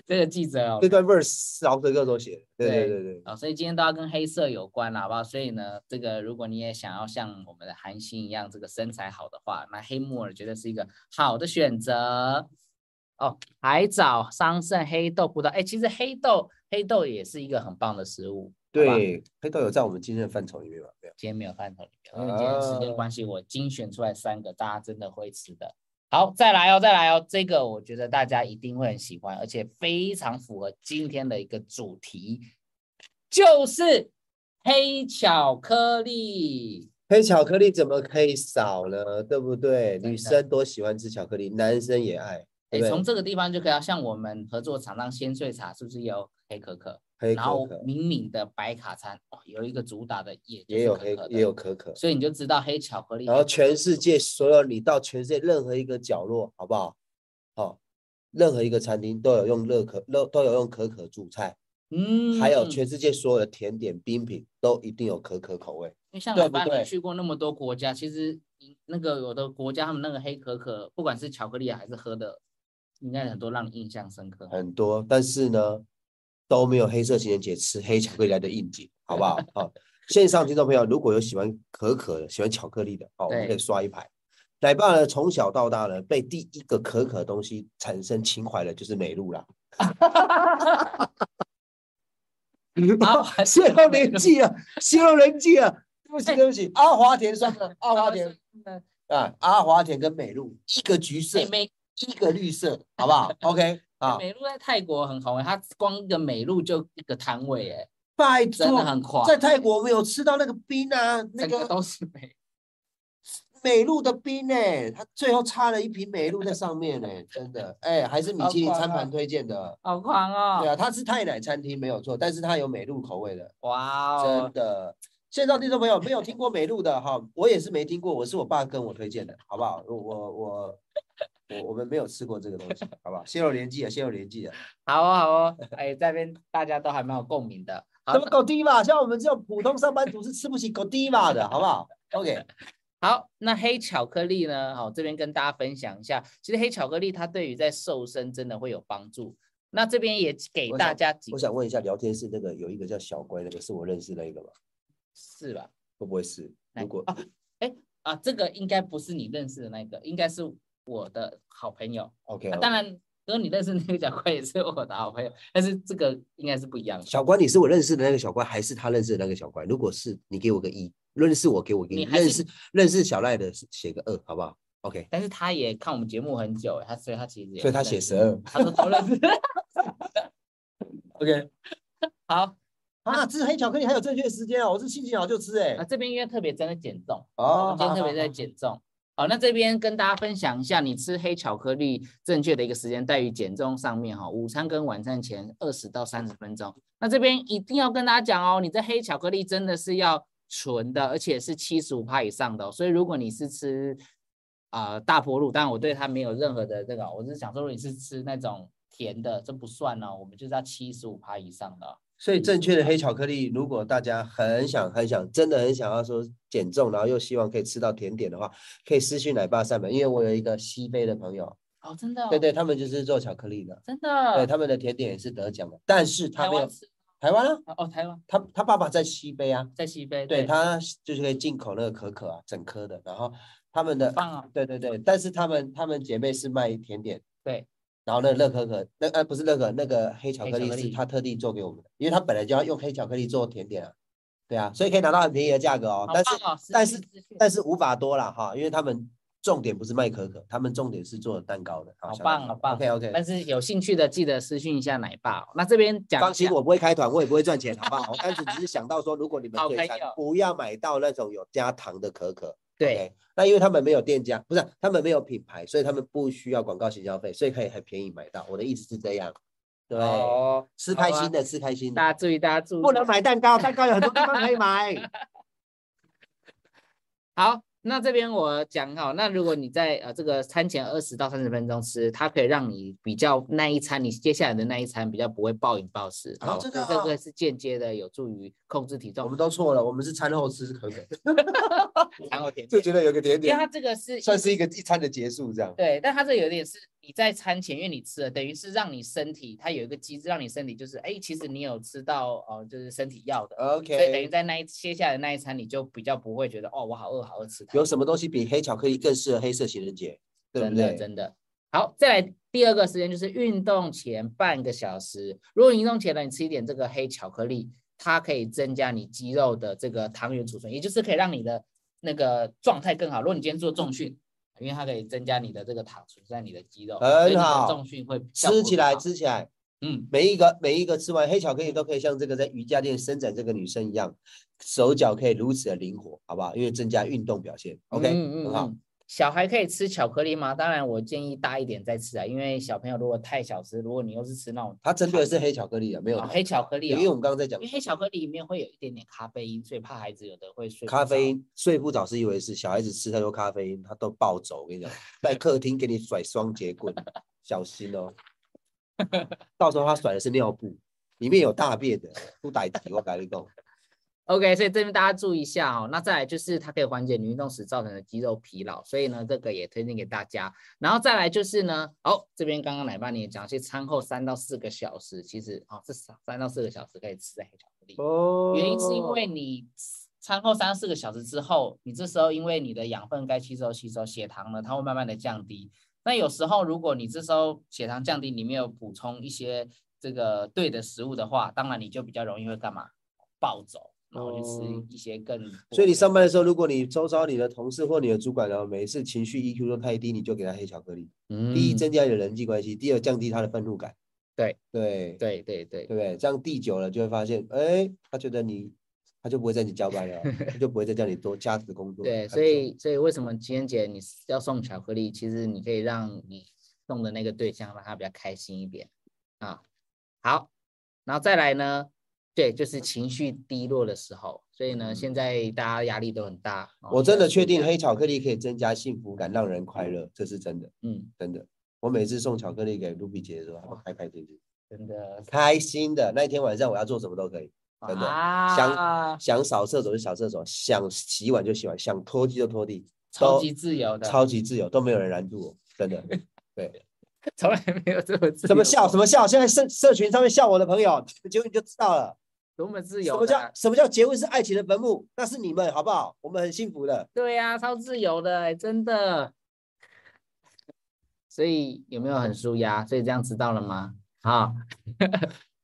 [SPEAKER 1] 这个记者哦
[SPEAKER 3] 这段 verse 是饶舌歌手写的。对对对对，
[SPEAKER 1] 啊，所以今天都要跟黑色有关啦，好不好？所以呢，这个如果你也想要像我们的韩星一样，这个身材好的话，那黑木耳绝对是一个好的选择。哦，海藻、桑葚、黑豆、葡萄，哎，其实黑豆黑豆也是一个很棒的食物。好吧
[SPEAKER 3] 对，黑豆有在我们今天的范畴里面吗？没有。
[SPEAKER 1] 今天没有饭头里面，因为今天
[SPEAKER 3] 哦
[SPEAKER 1] 时间关系，我精选出来三个大家真的会吃的。好，再来哦，再来哦，这个我觉得大家一定会很喜欢，而且非常符合今天的一个主题，就是黑巧克力。
[SPEAKER 3] 黑巧克力怎么可以少呢？对不对？
[SPEAKER 1] 真
[SPEAKER 3] 女
[SPEAKER 1] 的
[SPEAKER 3] 生多喜欢吃巧克力，男生也爱，
[SPEAKER 1] 哎
[SPEAKER 3] 对，不
[SPEAKER 1] 从
[SPEAKER 3] 对？
[SPEAKER 1] 这个地方就可以要像我们合作厂商鲜萃茶，是不是也有黑可可？
[SPEAKER 3] 黑
[SPEAKER 1] 然后
[SPEAKER 3] 可可
[SPEAKER 1] 敏敏的白卡餐哦，有一个主打的也就
[SPEAKER 3] 也
[SPEAKER 1] 是
[SPEAKER 3] 有
[SPEAKER 1] 可
[SPEAKER 3] 黑
[SPEAKER 1] 可的
[SPEAKER 3] 也有，可可，
[SPEAKER 1] 所以你就知道黑巧克力。
[SPEAKER 3] 然后全世界所有你到全世界任何一个角落，好不好？好、任何一个餐厅都有用乐可都都有用可可主菜，
[SPEAKER 1] 嗯，
[SPEAKER 3] 还有全世界所有的甜点冰品都一定有可可口味。
[SPEAKER 1] 因为像
[SPEAKER 3] 对
[SPEAKER 1] 老
[SPEAKER 3] 不
[SPEAKER 1] 班
[SPEAKER 3] 对
[SPEAKER 1] 你去过那么多国家，其实你那个有的国家他们那个黑可可，不管是巧克力啊还是喝的，应该很多让你印象深刻。
[SPEAKER 3] 很多，但是呢，都没有黑色情人节吃黑巧克力来的应景，好不 好？好，线上听众朋友，如果有喜欢可可的、喜欢巧克力的，哦，我们可
[SPEAKER 1] 对
[SPEAKER 3] 以刷一排。奶爸呢，从小到大呢，被第一个可可东西产生情怀的就是美 露啦。
[SPEAKER 1] 啊
[SPEAKER 3] 形容人际啊，形容人际啊，对不起，对不起，阿华田算 了，阿华田
[SPEAKER 1] 呢
[SPEAKER 3] 啊，阿华田跟美露，一个橘色
[SPEAKER 1] 哎，，美
[SPEAKER 3] 一个绿色，好不好？OK 啊，
[SPEAKER 1] 美露在泰国很红，它光一个美露就一个摊位，哎，
[SPEAKER 3] 拜
[SPEAKER 1] 真的
[SPEAKER 3] 托，
[SPEAKER 1] 很夸
[SPEAKER 3] 在泰国我们有吃到那个冰啊，那
[SPEAKER 1] 整个
[SPEAKER 3] 个
[SPEAKER 1] 都是美。
[SPEAKER 3] 美露的冰呢、他最后插了一瓶美露在上面呢、真的，哎、还是米其林餐盘推荐的。
[SPEAKER 1] 好狂
[SPEAKER 3] 对
[SPEAKER 1] 哦！
[SPEAKER 3] 啊，它是泰奶餐厅没有错，但是它有美露口味的，
[SPEAKER 1] 哇
[SPEAKER 3] 真
[SPEAKER 1] 哦，
[SPEAKER 3] 的。线上听众朋友没有听过美露的哈，我也是没听过，我是我爸跟我推荐的，好不好？我我我我我们没有吃过这 个东西，好不好？先有年纪啊，先有年纪啊，
[SPEAKER 1] 好哦，好哦，哎，这边大家都还蛮有共鸣的。好
[SPEAKER 3] 什么狗迪吧？像我们这种普通上班族是吃不起狗迪吧的，好不好？OK，
[SPEAKER 1] 好，那黑巧克力呢？好、这边跟大家分享一下，其实黑巧克力它对于在瘦身真的会有帮助。那这边也给
[SPEAKER 3] 我
[SPEAKER 1] 大
[SPEAKER 3] 想
[SPEAKER 1] 家几
[SPEAKER 3] 我
[SPEAKER 1] 个
[SPEAKER 3] 想问一下，聊天室那个有一个叫小乖，那个是我认识那一个吗？
[SPEAKER 1] 是吧？
[SPEAKER 3] 会不会是？
[SPEAKER 1] 哪
[SPEAKER 3] 如
[SPEAKER 1] 个
[SPEAKER 3] 果
[SPEAKER 1] 啊啊，这个应该不是你认识的那个，应该是我的好朋友。
[SPEAKER 3] OK，
[SPEAKER 1] 啊、
[SPEAKER 3] 好
[SPEAKER 1] 当然，哥你认识那个小怪也是我的好朋友，但是这个应该是不一样的。
[SPEAKER 3] 小关，你是我认识的那个小关，还是他认识的那个小关？如果是，你给我个一；认识我，给我个
[SPEAKER 1] 你
[SPEAKER 3] 一；
[SPEAKER 1] 还是
[SPEAKER 3] 认识认识小赖的，写个二，好不好？OK，
[SPEAKER 1] 但是他也看我们节目很久，他所以他其实也
[SPEAKER 3] 所以他
[SPEAKER 1] 认
[SPEAKER 3] 写
[SPEAKER 1] 识
[SPEAKER 3] 十二。
[SPEAKER 1] 他说都认识。
[SPEAKER 3] OK，
[SPEAKER 1] 好，
[SPEAKER 3] 啊，吃黑巧克力还有正确时间哦，我是心情好就吃哎
[SPEAKER 1] 那、这边因为特别针对减重。我
[SPEAKER 3] 哦
[SPEAKER 1] 啊们今天特别在减重。好，那这边跟大家分享一下，你吃黑巧克力正确的一个时间在于减重上面哈，午餐跟晚餐前二十到三十分钟。那这边一定要跟大家讲哦，你这黑巧克力真的是要纯的，而且是七十五帕以上的哦、所以如果你是吃啊、呃大坡路，当然我对它没有任何的这个，我只是想说，如果你是吃那种甜的，这不算哦，我们就是要七十五帕以上的哦、
[SPEAKER 3] 所以正确的黑巧克力，如果大家很想很想，真的很想要说减重，然后又希望可以吃到甜点的话，可以私讯奶爸上门，因为我有一个西非的朋友，
[SPEAKER 1] 哦，真的、哦，
[SPEAKER 3] 对，对，他们就是做巧克力的，
[SPEAKER 1] 真的，
[SPEAKER 3] 对，他们的甜点也是得奖的，但是
[SPEAKER 1] 嗯
[SPEAKER 3] 他
[SPEAKER 1] 台
[SPEAKER 3] 没有
[SPEAKER 1] 湾吃
[SPEAKER 3] 台湾啊，
[SPEAKER 1] 哦，台湾
[SPEAKER 3] 他他爸爸在西非啊，
[SPEAKER 1] 在西非，
[SPEAKER 3] 对他就是可以进口那个可可啊，整颗的，然后他们的
[SPEAKER 1] 棒哦。
[SPEAKER 3] 对对对，但是他们他们姐妹是卖甜点，
[SPEAKER 1] 对，
[SPEAKER 3] 然后那乐可可那呃不是乐可那个黑巧
[SPEAKER 1] 黑
[SPEAKER 3] 克
[SPEAKER 1] 巧
[SPEAKER 3] 力
[SPEAKER 1] 克
[SPEAKER 3] 是
[SPEAKER 1] 力
[SPEAKER 3] 他特地做给我们的，因为他本来就要用黑巧克力做甜点啊，对啊，所以可以拿到很便宜的价格哦
[SPEAKER 1] 好。
[SPEAKER 3] 但是
[SPEAKER 1] 棒哦！
[SPEAKER 3] 但
[SPEAKER 1] 是
[SPEAKER 3] 是但是无法多了哈，因为他们重点不是卖可可，他们重点是做蛋糕的。
[SPEAKER 1] 好棒好棒
[SPEAKER 3] OK OK，
[SPEAKER 1] 但是有兴趣的记得私讯一下奶爸、哦。那这边讲
[SPEAKER 3] 放
[SPEAKER 1] 一下
[SPEAKER 3] 心，我不会开团，我 也不会赚钱，好不好？我当时只是想到说，如果你们
[SPEAKER 1] 好
[SPEAKER 3] 对
[SPEAKER 1] 朋
[SPEAKER 3] 餐
[SPEAKER 1] 友
[SPEAKER 3] 不要买到那种有加糖的可可。
[SPEAKER 1] 对
[SPEAKER 3] OK，那因为他们没有店家，不是他们没有品牌，所以他们不需要广告行销费，所以可以很便宜买到。我的意思是这样，对，
[SPEAKER 1] 哦，
[SPEAKER 3] 吃
[SPEAKER 1] 好
[SPEAKER 3] 开
[SPEAKER 1] 啊
[SPEAKER 3] 心的，吃开心
[SPEAKER 1] 大
[SPEAKER 3] 的，
[SPEAKER 1] 家注意，大家注意，
[SPEAKER 3] 嗯不能买蛋糕，蛋糕有很多地方可以买。
[SPEAKER 1] 好，那这边我讲好，那如果你在呃这个餐前二十到三十分钟吃，它可以让你比较那一餐，你接下来的那一餐比较不会暴饮暴食。
[SPEAKER 3] 哦
[SPEAKER 1] 好
[SPEAKER 3] 真的
[SPEAKER 1] 那这
[SPEAKER 3] 啊
[SPEAKER 1] 个是间接的，有助于控制体
[SPEAKER 3] 我
[SPEAKER 1] 重
[SPEAKER 3] 们。都错了，我们是餐后吃可可，
[SPEAKER 1] 然后甜
[SPEAKER 3] 就
[SPEAKER 1] 点，
[SPEAKER 3] 觉得有个甜
[SPEAKER 1] 因为它
[SPEAKER 3] 点
[SPEAKER 1] 这个是
[SPEAKER 3] 算是一个一餐的结束这样。
[SPEAKER 1] 对，但它这有点是你在餐前，因为你吃了，等于是让你身体它有一个机制，让你身体就是哎，其实你有吃到哦、呃就是身体要的，所以等于
[SPEAKER 3] OK，
[SPEAKER 1] 在那一接下来的那一餐，你就比较不会觉得哦，我好饿，好饿吃它。
[SPEAKER 3] 有什么东西比黑巧克力更适合黑色情人节？对
[SPEAKER 1] 真
[SPEAKER 3] 不
[SPEAKER 1] 的
[SPEAKER 3] 对？
[SPEAKER 1] 真的。好，再来第二个时间就是运动前半个小时。如果你运动前呢，你吃一点这个黑巧克力，它可以增加你肌肉的这个糖原储存，也就是可以让你的那个状态更好。如果你今天做重训，因为它可以增加你的这个糖储存在你的肌肉，
[SPEAKER 3] 很
[SPEAKER 1] 所以你的
[SPEAKER 3] 好
[SPEAKER 1] 重训会效果
[SPEAKER 3] 吃起
[SPEAKER 1] 更
[SPEAKER 3] 来，
[SPEAKER 1] 好
[SPEAKER 3] 吃起来，
[SPEAKER 1] 嗯，
[SPEAKER 3] 每一个每一个吃完黑巧克力都可以像这个在瑜伽垫伸展这个女生一样，手脚可以如此的灵活，好不好？因为增加运动表现。OK，、
[SPEAKER 1] 嗯
[SPEAKER 3] 很好。
[SPEAKER 1] 嗯。小孩可以吃巧克力吗？当然，我建议大一点再吃啊，因为小朋友如果太小吃，如果你又是吃那种
[SPEAKER 3] 它针对的是黑巧克力啊，没有
[SPEAKER 1] 哦
[SPEAKER 3] 糖
[SPEAKER 1] 黑巧克力、
[SPEAKER 3] 因
[SPEAKER 1] 哦，
[SPEAKER 3] 为我们刚刚在讲
[SPEAKER 1] 因为黑巧克力里面会有一点点咖啡因，所以怕孩子有的会睡不
[SPEAKER 3] 咖啡
[SPEAKER 1] 着。
[SPEAKER 3] 因，睡不着是一回事，小孩子吃太多咖啡因，他都暴走。我跟你 讲，在客厅给你甩双节棍，小心哦，到时候他甩的是尿布，里面有大便的，不逮急，我跟你讲。
[SPEAKER 1] OK，所以这边大家注意一下哦。那再来就是它可以缓解你运动时造成的肌肉疲劳，所以呢，这个也推荐给大家。然后再来就是呢，哦，这边刚刚奶爸你也讲，其实餐后三到四个小时，其实哦至少三到四个小时可以吃黑巧克力。
[SPEAKER 3] 哦
[SPEAKER 1] 原因是因为你餐后三四个小时之后，你这时候因为你的养分该吸收吸收，血糖呢它会慢慢的降低。那有时候如果你这时候血糖降低，你没有补充一些这个对的食物的话，当然你就比较容易会干嘛暴走，然后去
[SPEAKER 3] 哦
[SPEAKER 1] 吃一些更多的。
[SPEAKER 3] 所以你上班的时候，如果你周遭你的同事或你的主管呢，每一次情绪 EQ 都太低，你就给他黑巧克力。
[SPEAKER 1] 嗯，
[SPEAKER 3] 第一，增加你的人际关系；第二，降低他的愤怒感。
[SPEAKER 1] 对
[SPEAKER 3] 对对
[SPEAKER 1] 对对对
[SPEAKER 3] 对不对？这样地久了就会发现，哎，他觉得你，他就不会再你交班了，他就不会再叫你多加值工作了。
[SPEAKER 1] 对，
[SPEAKER 3] 还不
[SPEAKER 1] 所
[SPEAKER 3] 错
[SPEAKER 1] 以所以为什么情人节你要送巧克力？其实你可以让你送的那个对象让他比较开心一点啊。好，然后再来呢，对，就是情绪低落的时候，所以呢，现在大家压力都很大。哦
[SPEAKER 3] 我真的确，
[SPEAKER 1] 也
[SPEAKER 3] 定
[SPEAKER 1] 要注意
[SPEAKER 3] 黑巧克力可以增加幸福感，让人快乐，这是真的，
[SPEAKER 1] 嗯，
[SPEAKER 3] 真的。我每次送巧克力给卢比姐的时候，她都
[SPEAKER 1] 哇
[SPEAKER 3] 开开心心，
[SPEAKER 1] 真的
[SPEAKER 3] 开心的。那一天晚上我要做什么都可以，真的想
[SPEAKER 1] 啊，
[SPEAKER 3] 想扫厕所就扫厕所，想洗碗就洗碗，想拖地就拖地，
[SPEAKER 1] 超
[SPEAKER 3] 都
[SPEAKER 1] 级自由的，
[SPEAKER 3] 超级自由，都没有人拦住我，真的。
[SPEAKER 1] 从来没有这么 自由，
[SPEAKER 3] 怎么笑？什么笑？现在社社群上面笑我的朋友，结婚你就知道了。
[SPEAKER 1] 多么自
[SPEAKER 3] 什
[SPEAKER 1] 由
[SPEAKER 3] 么
[SPEAKER 1] 的
[SPEAKER 3] 叫
[SPEAKER 1] 啊，
[SPEAKER 3] 什么叫结婚是爱情的坟墓？那是你们好不好？我们很幸福的。
[SPEAKER 1] 对呀、超自由的、欸，真的。所以有没有很舒压？所以这样知道了吗？好，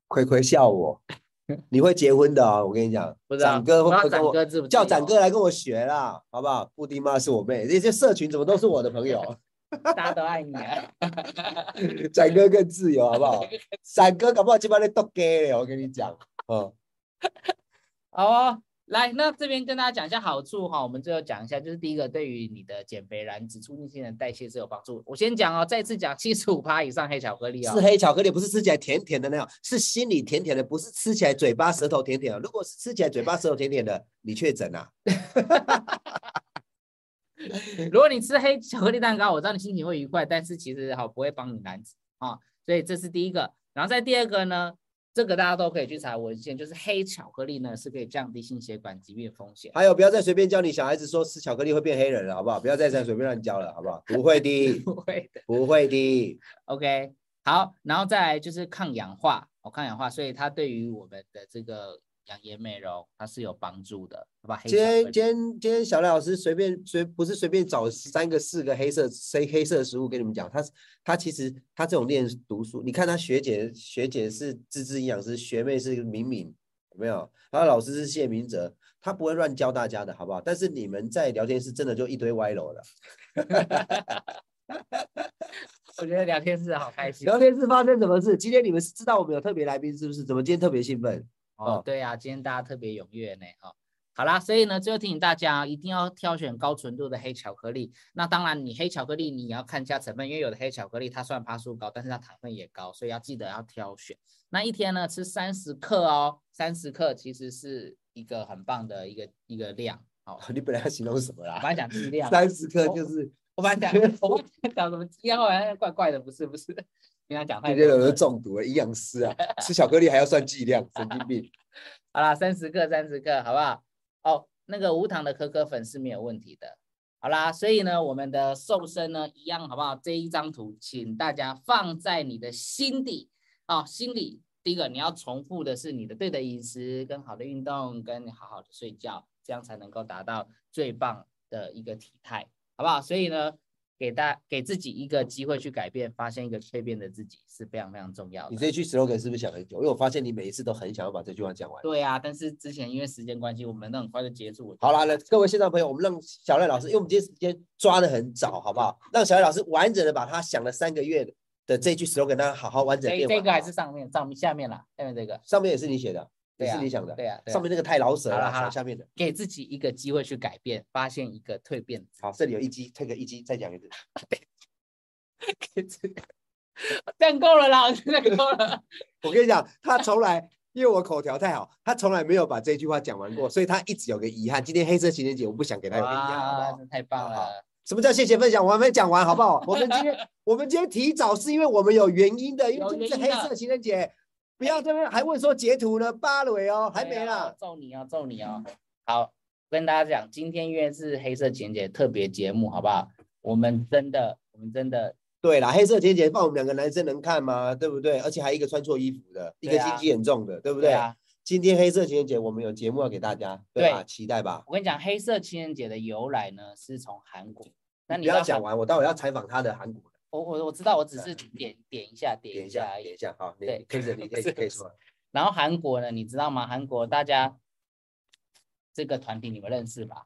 [SPEAKER 3] 葵葵笑我， 你会结婚的哦，我跟你讲
[SPEAKER 1] 不，知道
[SPEAKER 3] 展哥
[SPEAKER 1] 不
[SPEAKER 3] 会
[SPEAKER 1] 知道
[SPEAKER 3] 不会跟
[SPEAKER 1] 展
[SPEAKER 3] 我
[SPEAKER 1] 哥知不
[SPEAKER 3] 叫
[SPEAKER 1] 自
[SPEAKER 3] 展
[SPEAKER 1] 由
[SPEAKER 3] 哥来跟我学啦，好不好？布丁妈是我妹，这些社群怎么都是我的 朋友？
[SPEAKER 1] 大家都爱你啊！
[SPEAKER 3] 展哥更自由，好 不好？展哥搞不好今晚在都 gay 了，我跟你讲，嗯，
[SPEAKER 1] 好哦，来，那这边跟大家讲一下好处哈、我们最后讲一下，就是第一个，对于你的减肥燃脂、促进新陈代谢是有帮助。我先讲哦，再次讲，七十五趴以上黑巧克力哦
[SPEAKER 3] 是，黑巧克力，不是吃起来甜甜的那样，是心里甜甜的，不是吃起来嘴巴舌头甜甜的。如果是吃起来嘴巴舌头甜甜的，你确诊啊！
[SPEAKER 1] 如果你吃黑巧克力蛋糕，我知道你心情会愉快，但是其实好不会帮你燃脂啊，所以这是第一个。然后再第二个呢，这个大家都可以去查文献，就是黑巧克力呢是可以降低心血管疾病的风险。
[SPEAKER 3] 还有，不要再随便教你小孩子说吃巧克力会变黑人了，好不好？不要再这样随便乱教了，好不好？不会 的，
[SPEAKER 1] 不会的
[SPEAKER 3] 不会的。
[SPEAKER 1] ，OK，好，然后再来就是抗氧化，哦，抗氧化，所以它对于我们的这个养颜美容，它是有帮助的，好吧？黑
[SPEAKER 3] 今
[SPEAKER 1] 巧
[SPEAKER 3] 天
[SPEAKER 1] 克力
[SPEAKER 3] 今天今天小赖老师随便随不是随便找三个四个黑色黑黑色食物给你们讲，他是他其实他这种练读书，你看他学姐学姐是芝芝营养师，学妹是敏敏，有没有？然后老师是谢明哲，他不会乱教大家的好不好？但是你们在聊天室真的就一堆歪楼了，
[SPEAKER 1] 我觉得聊天室好开心。
[SPEAKER 3] 聊天室发生什么事？今天你们是知道我们有特别来宾是不是？怎么今天特别兴奋？
[SPEAKER 1] 哦
[SPEAKER 3] 哦，
[SPEAKER 1] 对啊，今天大家特别踊跃呢，哦。好啦，所以呢，最后提醒大家一定要挑选高纯度的黑巧克力。那当然，你黑巧克力你也要看一下成分，因为有的黑巧克力它虽然趴数高，但是它糖分也高，所以要记得要挑选。那一天呢，吃三十克哦，三十克其实是一个很棒的一个一个量。好、
[SPEAKER 3] 你本来要形容什么
[SPEAKER 1] 我
[SPEAKER 3] 啦？
[SPEAKER 1] 本来想吃量，
[SPEAKER 3] 三十克
[SPEAKER 1] 我
[SPEAKER 3] 就是
[SPEAKER 1] 我本来想我本来想讲什么鸡啊，后来怪怪的，不是不是， 平常讲太
[SPEAKER 3] 你
[SPEAKER 1] 多
[SPEAKER 3] 这个
[SPEAKER 1] 了
[SPEAKER 3] 人。中毒了，营养师 啊，吃巧克力还要算剂量，神经病。
[SPEAKER 1] 好啦，三十克，三十克，好不好？哦，那个无糖的可可粉是没有问题的。好啦，所以呢，我们的瘦身呢，一样好不好？这一张图，请大家放在你的心底哦，心里。第一个，你要重复的是你的对的饮食、跟好的运动、跟你好好的睡觉，这样才能够达到最棒的一个体态，好不好？所以呢，给大给自己一个机会去改变，发现一个蜕变的自己是非常非常重要的。
[SPEAKER 3] 你这句 slogan 是不是想很久？因为我发现你每一次都很想要把这句话讲完。
[SPEAKER 1] 对呀、但是之前因为时间关系，我们那很快就结束。
[SPEAKER 3] 好啦，，那各位线上朋友，我们让小赖老师，因为我们今天时间抓得很早，好不好？
[SPEAKER 1] 嗯
[SPEAKER 3] 让小赖老师完整的把他想了三个月的这句 slogan，让他好好完整地
[SPEAKER 1] 这
[SPEAKER 3] 念
[SPEAKER 1] 这
[SPEAKER 3] 完。
[SPEAKER 1] 个还
[SPEAKER 3] 好
[SPEAKER 1] 是上面上面下面啦，下面这个
[SPEAKER 3] 上面也是你写的，也
[SPEAKER 1] 对啊
[SPEAKER 3] 是你想的。
[SPEAKER 1] 对呀、对啊
[SPEAKER 3] 上面那个太老舍
[SPEAKER 1] 好
[SPEAKER 3] 了，
[SPEAKER 1] 啦好啦
[SPEAKER 3] 想下面的。
[SPEAKER 1] 给自己一个机会去改变，发现一个蜕变，
[SPEAKER 3] 好，这里有一击，退个一击，再讲一次。
[SPEAKER 1] 给自己 这样够了啦，我觉得够 了。
[SPEAKER 3] 我跟你讲，他从来因为我口条太好，他从来没有把这句话讲完
[SPEAKER 1] 嗯
[SPEAKER 3] 过，所以他一直有个遗憾。今天黑色情人节，我不想给他有个遗憾，好不
[SPEAKER 1] 哇，
[SPEAKER 3] 好？
[SPEAKER 1] 真太棒
[SPEAKER 3] 好
[SPEAKER 1] 了！
[SPEAKER 3] 什么叫谢谢分享？我还没讲完，好不好？我们 今天我们今天提早是因为我们有原因的，因为
[SPEAKER 1] 有
[SPEAKER 3] 今天是
[SPEAKER 1] 原
[SPEAKER 3] 黑
[SPEAKER 1] 因的啊哎
[SPEAKER 3] 色情人节，不要这边还问说截图呢，八雷哦，还
[SPEAKER 1] 对
[SPEAKER 3] 没
[SPEAKER 1] 啊
[SPEAKER 3] 啦。
[SPEAKER 1] 揍你哦，揍你哦！好，跟大家讲，今天因为是黑色情人节特别节目，好不好？我们真的，我们真的
[SPEAKER 3] 对啦，黑色情人节放我们两个男生能看吗？对不对？而且还一个穿错衣服的，一
[SPEAKER 1] 对
[SPEAKER 3] 个
[SPEAKER 1] 啊
[SPEAKER 3] 心机很重的，对不对？
[SPEAKER 1] 啊，
[SPEAKER 3] 今天黑色情人节我们有节目要给大家，对吧？
[SPEAKER 1] 对
[SPEAKER 3] 期待吧。
[SPEAKER 1] 我跟你讲，黑色情人节的由来呢是从韩国。那
[SPEAKER 3] 不
[SPEAKER 1] 知道
[SPEAKER 3] 要
[SPEAKER 1] 韩
[SPEAKER 3] 讲完，我待会要采访他的韩国人，
[SPEAKER 1] 我我我知道，我只
[SPEAKER 3] 对
[SPEAKER 1] 是点点一下，点
[SPEAKER 3] 点
[SPEAKER 1] 一
[SPEAKER 3] 一
[SPEAKER 1] 下
[SPEAKER 3] 下，
[SPEAKER 1] 而
[SPEAKER 3] 点一
[SPEAKER 1] 已。
[SPEAKER 3] 下，好，你
[SPEAKER 1] 对
[SPEAKER 3] 可以 的，你可以
[SPEAKER 1] 不是
[SPEAKER 3] 可以
[SPEAKER 1] 不是
[SPEAKER 3] 说。
[SPEAKER 1] 然后韩国呢，你知道吗？韩国大家这个团体你们认识吧？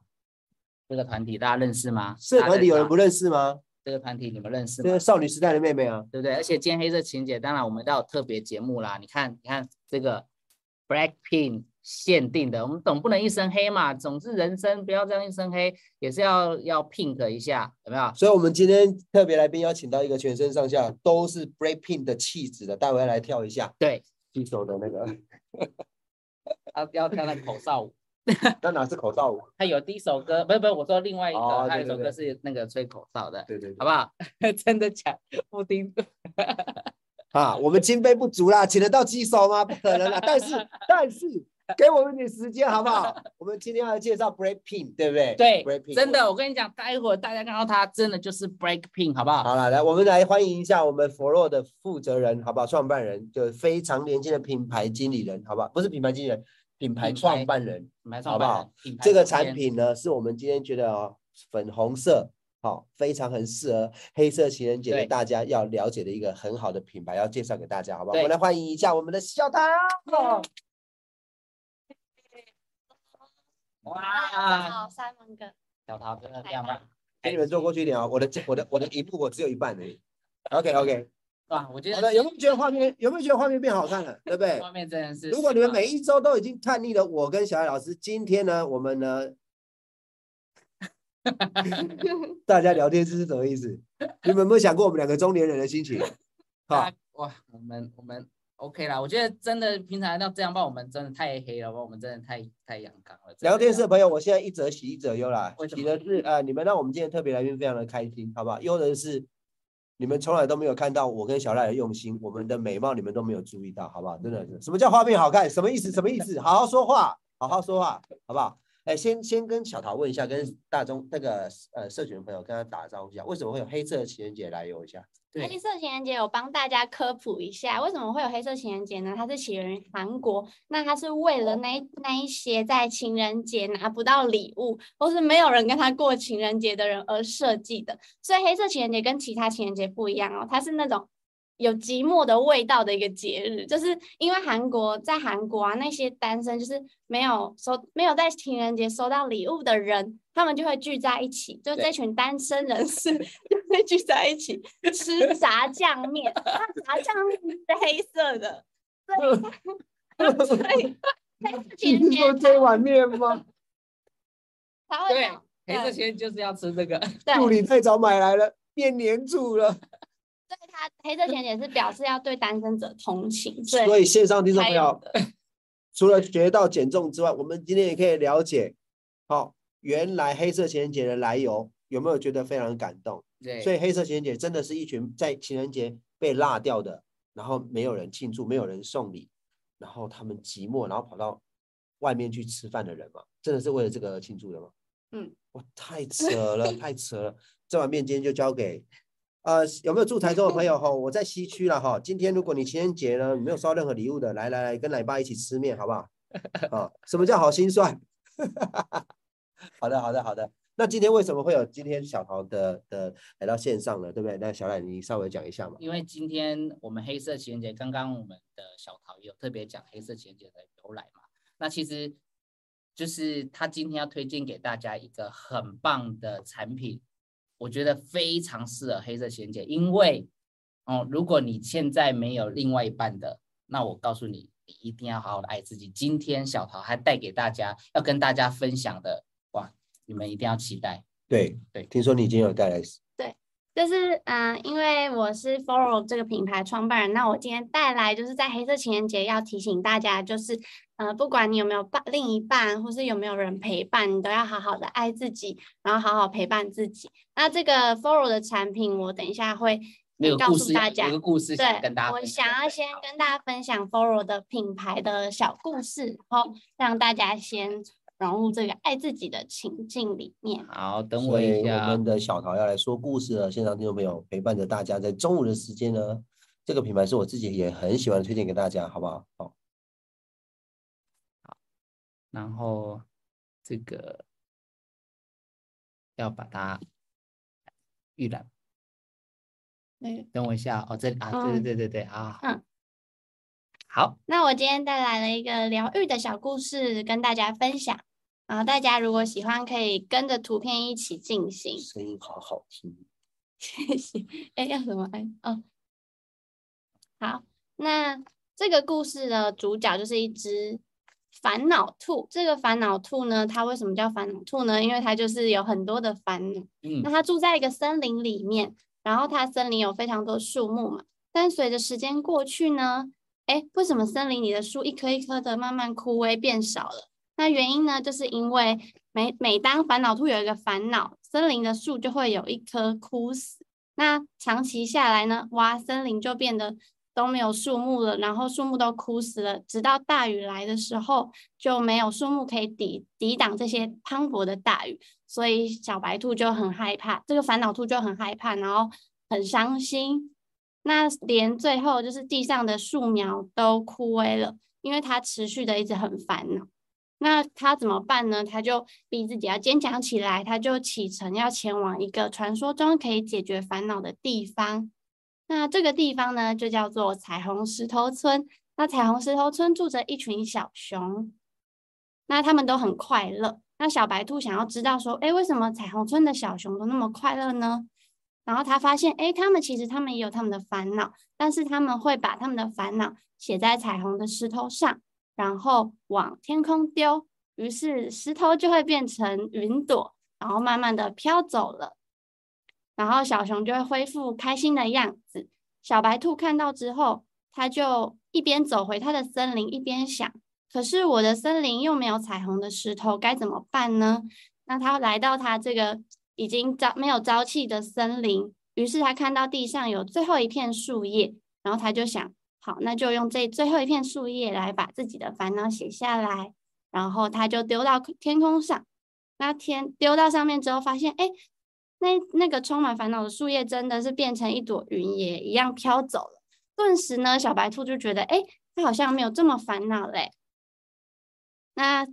[SPEAKER 1] 这个团体大家认识吗？
[SPEAKER 3] 社
[SPEAKER 1] 大家
[SPEAKER 3] 团里有人
[SPEAKER 1] 吗
[SPEAKER 3] 不认识吗？
[SPEAKER 1] 这个团体你们认识
[SPEAKER 3] 这
[SPEAKER 1] 吗？
[SPEAKER 3] 是少女时代的妹妹啊，
[SPEAKER 1] 对不对？而且今天黑色情人节，当然我们都有特别节目啦。你看，你看这个 Blackpink 限定的，我们总不能一身黑嘛。总之人生不要这样一身黑，也是要要 pink 一下，有没有？
[SPEAKER 3] 所以，我们今天特别来宾邀请到一个全身上下都是 breaking 的气质的，待会来跳一下
[SPEAKER 1] 对，
[SPEAKER 3] 举手的那 个，
[SPEAKER 1] 要要跳那个口哨舞。
[SPEAKER 3] 那哪是口哨舞？
[SPEAKER 1] 他有第一首歌，不是不是，我说另外一个，
[SPEAKER 3] 哦
[SPEAKER 1] 他
[SPEAKER 3] 对
[SPEAKER 1] 有一首
[SPEAKER 3] 对
[SPEAKER 1] 歌是那个吹口哨的，
[SPEAKER 3] 对对
[SPEAKER 1] 好
[SPEAKER 3] 对，
[SPEAKER 1] 不好？ 真的假？不听。
[SPEAKER 3] 啊，我们经费不足啦，请得到鸡手吗？不可 能啦，但是但是给我们点时间好不好？我们今天要来介绍 breaking，对不对？
[SPEAKER 1] 对，
[SPEAKER 3] breaking
[SPEAKER 1] 真的，。我跟你讲，待会儿大家看到他，真的就是 Breakpink，好不好？
[SPEAKER 3] 好了，来，我们来欢迎一下我们佛洛的负责人，好不好？创办人，就非常年轻的品牌经理人，好不好？不是品牌经理人，品牌
[SPEAKER 1] 品牌
[SPEAKER 3] 创办人，
[SPEAKER 1] 品牌
[SPEAKER 3] 好
[SPEAKER 1] 创
[SPEAKER 3] 不
[SPEAKER 1] 办
[SPEAKER 3] 好
[SPEAKER 1] 人，品牌
[SPEAKER 3] 这个
[SPEAKER 1] 总
[SPEAKER 3] 产
[SPEAKER 1] 监，
[SPEAKER 3] 品呢，是我们今天觉得、哦、粉红色，好、非常很适合黑色情人节的
[SPEAKER 1] 对
[SPEAKER 3] 大家要了解的一个很好的品牌，要介绍给大家，好不好？我
[SPEAKER 1] 对
[SPEAKER 3] 们来欢迎一下我们的小唐。
[SPEAKER 4] 大家
[SPEAKER 1] 哇，
[SPEAKER 4] 好，Simon 哥，
[SPEAKER 1] 小桃真的亮吗？
[SPEAKER 3] 给你们坐过去一点啊、哦，我的我的我的荧幕我只有一半而已。OK OK，
[SPEAKER 1] 哇，啊我觉
[SPEAKER 3] 好
[SPEAKER 1] 得
[SPEAKER 3] 的，有没有觉得画面有没有觉得画面变好看了，对不对？
[SPEAKER 1] 外面真的是，
[SPEAKER 3] 如果你们每一周都已经叛逆了，我跟小艾老师，今天呢，我们呢，大家聊天是什么意思？你们有没有想过我们两个中年人的心情？好
[SPEAKER 1] 大，家哇，我们我们 OK 啦，我觉得真的平常要这样，不然我们真的太黑了，不然我们真的太太阳刚了。真的
[SPEAKER 3] 聊天
[SPEAKER 1] 要
[SPEAKER 3] 室的朋友，我现在一则喜一则忧啦
[SPEAKER 1] 为。什
[SPEAKER 3] 喜
[SPEAKER 1] 么
[SPEAKER 3] 的是呃，你们让我们今天特别来宾非常的开心，好不好？忧的是你们从来都没有看到我跟小赖的用心，我们的美貌你们都没有注意到，好不好？真的是什么叫画面好看？什么意思？什么意思？好好说话，好好说话，好不好？哎，先先跟小桃问一下，跟大中那个呃社群的朋友跟他打招呼一下，为什么会有黑色情人节来由一下？
[SPEAKER 1] 对
[SPEAKER 4] 黑色情人节，我帮大家科普一下，为什么会有黑色情人节呢？它是起源于韩国，那它是为了那一那一些在情人节拿不到礼物，或是没有人跟他过情人节的人而设计的。所以黑色情人节跟其他情人节不一样哦，它是那种有寂寞的味道的一个节日，就是因为韩国在韩国啊，那些单身就是没有收没有在情人节收到礼物的人，他们就会聚在一起，就
[SPEAKER 1] 对
[SPEAKER 4] 这群单身人士 就会聚在一起吃炸酱面，那炸酱面是黑色的，
[SPEAKER 3] 嗯
[SPEAKER 4] 所以黑色情人节
[SPEAKER 3] 这碗面 吗？
[SPEAKER 4] 才会
[SPEAKER 1] 对
[SPEAKER 4] 有，
[SPEAKER 1] 黑 色情人节哎就是要吃这个，
[SPEAKER 4] 对
[SPEAKER 3] 助理太早买来了，面黏住了。
[SPEAKER 4] 对他黑色情人节是表示要对单身者同情，
[SPEAKER 3] 所以线上听众
[SPEAKER 4] 才
[SPEAKER 3] 朋
[SPEAKER 4] 有
[SPEAKER 3] 友，
[SPEAKER 4] 的。
[SPEAKER 3] 除了学到减重之外，我们今天也可以了解，好、原来黑色情人节的来由，有没有觉得非常感动？
[SPEAKER 1] 对，
[SPEAKER 3] 所以黑色情人节真的是一群在情人节被落掉的，然后没有人庆祝，没有人送礼，然后他们寂寞，然后跑到外面去吃饭的人嘛，真的是为了这个而庆祝的吗？
[SPEAKER 4] 嗯，
[SPEAKER 3] 哇，太扯了，太扯了！这碗面今天就交给，呃，有没有住台中的朋友哈？我在西区了哈。今天如果你情人节呢，你没有收到任何礼物的，来来来，跟奶爸一起吃面好不 好？啊，什么叫好心算？ 好的，好的，好的。那今天为什么会有今天小桃的的来到线上呢？对不对？那小冉，你稍微讲一下嘛。
[SPEAKER 1] 因为今天我们黑色情人节，刚刚我们的小桃也有特别讲黑色情人节的由来嘛。那其实就是他今天要推荐给大家一个很棒的产品，我觉得非常适合黑色情人节，因为哦，如果你现在没有另外一半的，那我告诉你，你一定要好好的爱自己。今天小桃还带给大家要跟大家分享的，哇，你们一定要期待。
[SPEAKER 3] 对
[SPEAKER 1] 对
[SPEAKER 3] 听说你已经有带来
[SPEAKER 4] 就是嗯、呃因为我是 Foro 这个品牌创办人，那我今天带来就是在黑色情人节要提醒大家，就是呃，不管你有没有伴另一半，或是有没有人陪伴，你都要好好的爱自己，然后好好陪伴自己。那这个 Foro 的产品，我等一下会
[SPEAKER 1] 那个
[SPEAKER 4] 告
[SPEAKER 1] 故
[SPEAKER 4] 诉
[SPEAKER 1] 事
[SPEAKER 4] 大家
[SPEAKER 1] 有个故事想跟大家
[SPEAKER 4] 我
[SPEAKER 1] 分享，
[SPEAKER 4] 想要先跟大家分享 Foro 的品牌的小故事，然后让大家先融入这个爱自己的情境里面。
[SPEAKER 1] 好，等
[SPEAKER 3] 所
[SPEAKER 1] 我
[SPEAKER 3] 以
[SPEAKER 1] 一
[SPEAKER 3] 我
[SPEAKER 1] 下
[SPEAKER 3] 们。的小桃要来说故事了，现场听众朋友陪伴着大家，在中午的时间呢，这个品牌是我自己也很喜欢，推荐给大家，好不好？好，
[SPEAKER 1] 然后这个要把它预览。
[SPEAKER 4] 嗯，
[SPEAKER 1] 等我一下哦，这里啊，对
[SPEAKER 4] 嗯
[SPEAKER 1] 对对对对啊，
[SPEAKER 4] 嗯，
[SPEAKER 1] 好，
[SPEAKER 4] 那我今天带来了一个疗愈的小故事跟大家分享，然后大家如果喜欢，可以跟着图片一起进行。
[SPEAKER 3] 声音好好听，
[SPEAKER 4] 谢谢。哎，要怎么按？哦，好，那这个故事的主角就是一只烦恼兔。这个烦恼兔呢，它为什么叫烦恼兔呢？因为它就是有很多的烦恼。
[SPEAKER 1] 嗯
[SPEAKER 4] 那它住在一个森林里面，然后它森林有非常多树木嘛，但随着时间过去呢，哎，为什么森林里的树一棵一棵的慢慢枯萎变少了？那原因呢，就是因为每每当烦恼兔有一个烦恼，森林的树就会有一棵枯死。那长期下来呢，哇，森林就变得都没有树木了，然后树木都枯死了。直到大雨来的时候，就没有树木可以抵抵挡这些磅礴的大雨，所以小白兔就很害怕，这个烦恼兔就很害怕，然后很伤心。那连最后就是地上的树苗都枯萎了，因为它持续的一直很烦恼。那他怎么办呢？他就逼自己要坚强起来，他就启程要前往一个传说中可以解决烦恼的地方。那这个地方呢，就叫做彩虹石头村。那彩虹石头村住着一群小熊，那他们都很快乐。那小白兔想要知道说，诶，为什么彩虹村的小熊都那么快乐呢？然后他发现，诶，他们其实他们也有他们的烦恼，但是他们会把他们的烦恼写在彩虹的石头上，然后往天空丢，于是石头就会变成云朵，然后慢慢的飘走了。然后小熊就会恢复开心的样子。小白兔看到之后，它就一边走回它的森林，一边想：可是我的森林又没有彩虹的石头，该怎么办呢？那它来到它这个已经朝没有朝气的森林，于是它看到地上有最后一片树叶，然后它就想：好，那就用这最后一片树叶来把自己的烦恼写下来。然后它就丢到天空上。那天丢到上面之后，发现哎，那那个充满烦恼的树叶真的是变成一朵云，也一样飘走了。顿时呢，小白兔就觉得哎，它好像没有这么烦恼嘞。那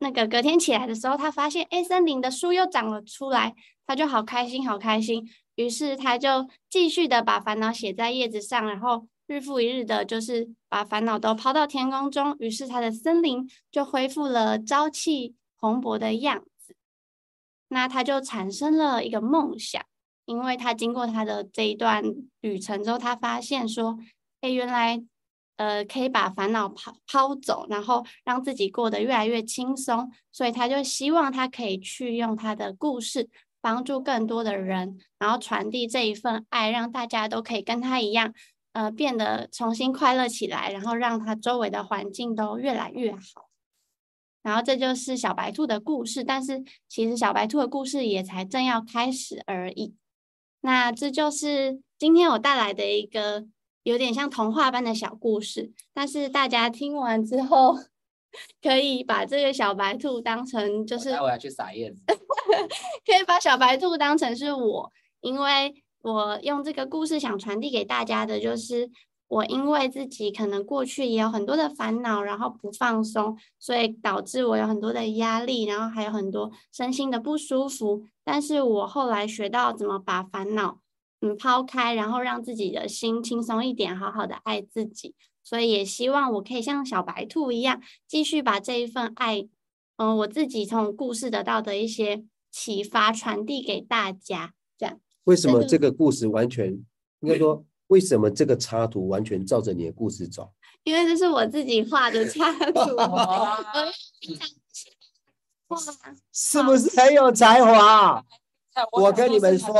[SPEAKER 4] 那个隔天起来的时候，他发现哎，森林的树又长了出来，他就好开心，好开心。于是他就继续的把烦恼写在叶子上，然后日复一日的，就是把烦恼都抛到天空中。于是他的森林就恢复了朝气蓬勃的样子。那他就产生了一个梦想，因为他经过他的这一段旅程之后，他发现说，哎，原来呃可以把烦恼抛抛走，然后让自己过得越来越轻松。所以他就希望他可以去用他的故事。帮助更多的人，然后传递这一份爱，让大家都可以跟他一样，呃，变得重新快乐起来，然后让他周围的环境都越来越好。然后这就是小白兔的故事，但是其实小白兔的故事也才正要开始而已。那这就是今天我带来的一个有点像童话般的小故事，但是大家听完之后， 可以把这个小白兔当成就是
[SPEAKER 1] 待会要去撒叶 子。
[SPEAKER 4] 可以把小白兔当成是我，因为我用这个故事想传递给大家的就是，我因为自己可能过去也有很多的烦恼，然后不放松，所以导致我有很多的压力，然后还有很多身心的不舒服。但是我后来学到怎么把烦恼嗯抛开，然后让自己的心轻松一点，好好的爱自己。所以也希望我可以像小白兔一样，继续把这一份爱，嗯、呃，我自己从故事得到的一些。启发传递给大家，这样
[SPEAKER 3] 为什么
[SPEAKER 4] 这个
[SPEAKER 3] 这个故事完全应该说，为什么这个插图完全照着你的故事走？
[SPEAKER 4] 因为这是我自己画的 插图，我平常画
[SPEAKER 3] 是不是很有才华？我跟你们
[SPEAKER 1] 啊
[SPEAKER 3] 说，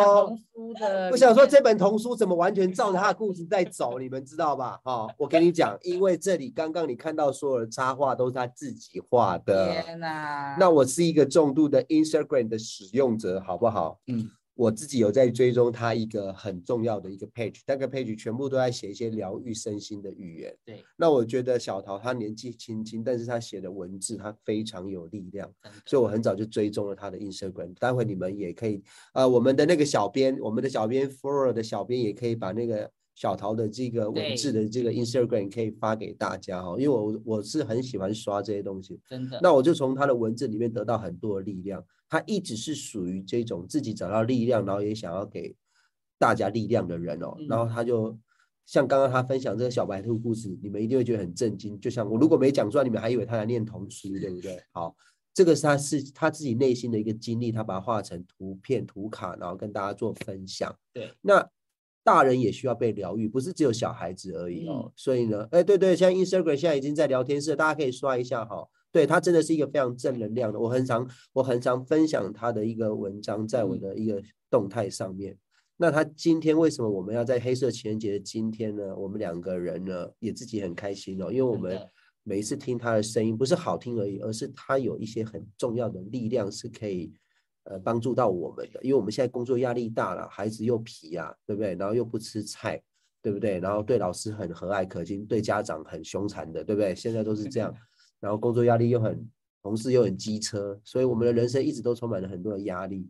[SPEAKER 3] 我
[SPEAKER 2] 我
[SPEAKER 3] 想说这本童书怎么完全照着他的故事在走，你们知道吧？哦，我跟你讲，因为这里刚刚你看到所有的插画都是他自己画的。
[SPEAKER 2] 天
[SPEAKER 1] 啊
[SPEAKER 2] 哪，
[SPEAKER 3] 那我是一个重度的 Instagram 的使用者，好不好？
[SPEAKER 1] 嗯，
[SPEAKER 3] 我自己有在追踪他一个很重要的一个 page，那个 page 全部都在写一些疗愈身心的语言。
[SPEAKER 1] 对，
[SPEAKER 3] 那我觉得小桃她年纪轻轻，但是她写的文字她非常有力量，
[SPEAKER 1] 真的
[SPEAKER 3] 所以我很早就追踪了她的 Instagram。待会你们也可以，呃，我们的那个小编，我们的小编 Flora 的小编也可以把那个小桃的这个文字的这个 Instagram 可以发给大家哈、哦，因为我我是很喜欢刷这些东西。
[SPEAKER 1] 真的，
[SPEAKER 3] 那我就从他的文字里面得到很多的力量。他一直是属于这种自己找到力量，然后也想要给大家力量的人哦。然后
[SPEAKER 1] 嗯
[SPEAKER 3] 他就像刚刚他分享这个小白兔故事，你们一定会觉得很震惊。就像我如果没讲出来，你们还以为他在念童书，对不对？好，这个是他是他自己内心的一个经历，他把它画成图片、图卡，然后跟大家做分享。
[SPEAKER 1] 对，
[SPEAKER 3] 那大人也需要被疗愈，不是只有小孩子而已哦。
[SPEAKER 1] 嗯
[SPEAKER 3] 所以呢，哎，对对，现在 Instagram 现在已经在聊天室了，大家可以刷一下哈。对，它真的是一个非常正能量的，我很常我很常分享他的一个文章在我
[SPEAKER 1] 嗯
[SPEAKER 3] 的一个动态上面。那他今天为什么我们要在黑色情人节的今天呢？我们两个人呢也自己很开心哦，因为我
[SPEAKER 1] 真
[SPEAKER 3] 们
[SPEAKER 1] 的
[SPEAKER 3] 每一次听他的声音，不是好听而已，而是他有一些很重要的力量是可以呃帮助到我们的。因为我们现在工作压力大了，孩子又皮啊，对不对？然后又不吃菜，对不对？然后对老师很和蔼可亲，对家长很凶残的，对不对？现在都是这样，然后工作压力又很，同事又很机车，所以我们的人生一直都充满了很多的压力。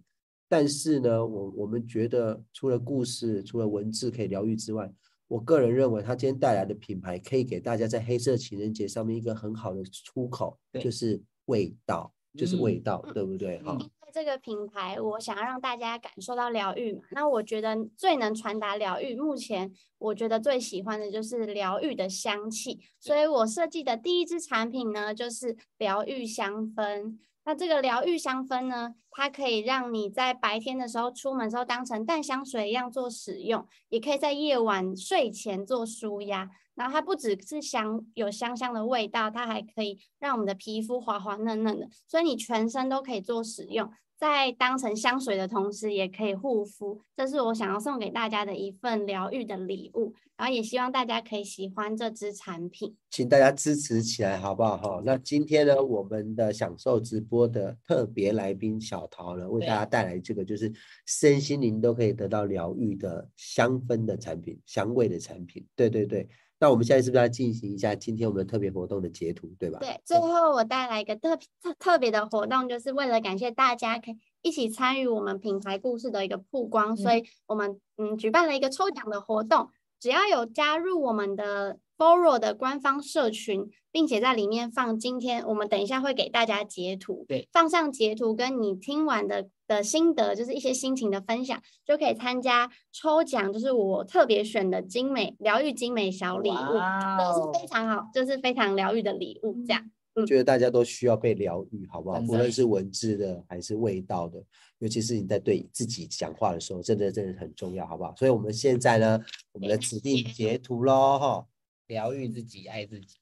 [SPEAKER 3] 但是呢，我我们觉得除了故事、除了文字可以疗愈之外，我个人认为他今天带来的品牌可以给大家在黑色情人节上面一个很好的出口，
[SPEAKER 1] 对
[SPEAKER 3] 就是味道，就是味道，对不对？哈、
[SPEAKER 1] 嗯
[SPEAKER 4] 因为这个品牌，我想要让大家感受到疗愈嘛。那我觉得最能传达疗愈，目前我觉得最喜欢的就是疗愈的香气。所以我设计的第一支产品呢，就是疗愈香氛。那这个疗愈香氛呢，它可以让你在白天的时候出门的时候当成淡香水一样做使用，也可以在夜晚睡前做舒压。然后它不只是香有香香的味道，它还可以让我们的皮肤滑滑嫩嫩的，所以你全身都可以做使用，在当成香水的同时，也可以护肤。这是我想要送给大家的一份疗愈的礼物，然后也希望大家可以喜欢这支产品。
[SPEAKER 3] 请大家支持起来，好不好？哈，那今天呢，我们的享受直播的特别来宾小桃呢，为大
[SPEAKER 1] 对
[SPEAKER 3] 家带来这个就是身心灵都可以得到疗愈的香氛的产品、香味的产品。对对对，那我们现在是不是要进行一下今天我们的特别活动的截图，对吧？
[SPEAKER 4] 对，最后我带来一个特特特别的活动，就是为了感谢大家可以一起参与我们品牌故事的一个曝光，所以我们嗯举办了一个抽奖的活动，只要有加入我们的 Boro 的官方社群，并且在里面放今天我们等一下会给大家截图，
[SPEAKER 1] 对，
[SPEAKER 4] 放上截图跟你听完的的心得，就是一些心情的分享，就可以参加抽奖，就是我特别选的精美疗愈精美小礼物。
[SPEAKER 1] 哇
[SPEAKER 4] 这
[SPEAKER 1] 哦
[SPEAKER 4] 是非常好，就是非常疗愈的礼物，这样。
[SPEAKER 3] 觉得大家都需要被疗愈，好不好？
[SPEAKER 1] 真
[SPEAKER 3] 无
[SPEAKER 1] 的
[SPEAKER 3] 论是文字的还是味道的，尤其是你在对自己讲话的时候，真的真的很重要，好不好？所以我们现在呢，我们的指定截图喽，哈。
[SPEAKER 1] 疗愈自己，爱自己。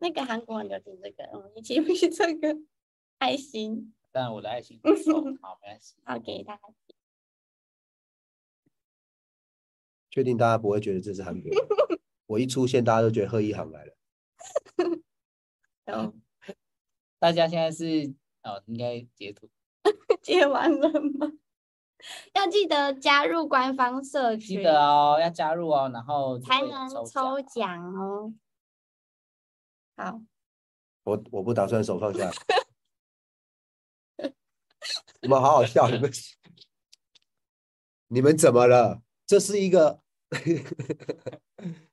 [SPEAKER 4] 那个韩国人就听这个，我们一起比这个 爱心，
[SPEAKER 1] 但我的爱心不错好，没关 系。
[SPEAKER 4] 好给大家。
[SPEAKER 3] 确定大家不会觉得这是韩 国人？我一出现，大家都觉得贺一航来了。
[SPEAKER 4] 都
[SPEAKER 1] 大家现在是哦，应该截图。
[SPEAKER 4] 接完了吗？要记得加入官方社群，
[SPEAKER 1] 记得哦，要加入哦，然后就
[SPEAKER 4] 才
[SPEAKER 1] 会有
[SPEAKER 4] 能
[SPEAKER 1] 奖
[SPEAKER 4] 啊抽奖哦。好，
[SPEAKER 3] 我我不打算手放下 来你们好好笑，你们 你们怎么了？这是一个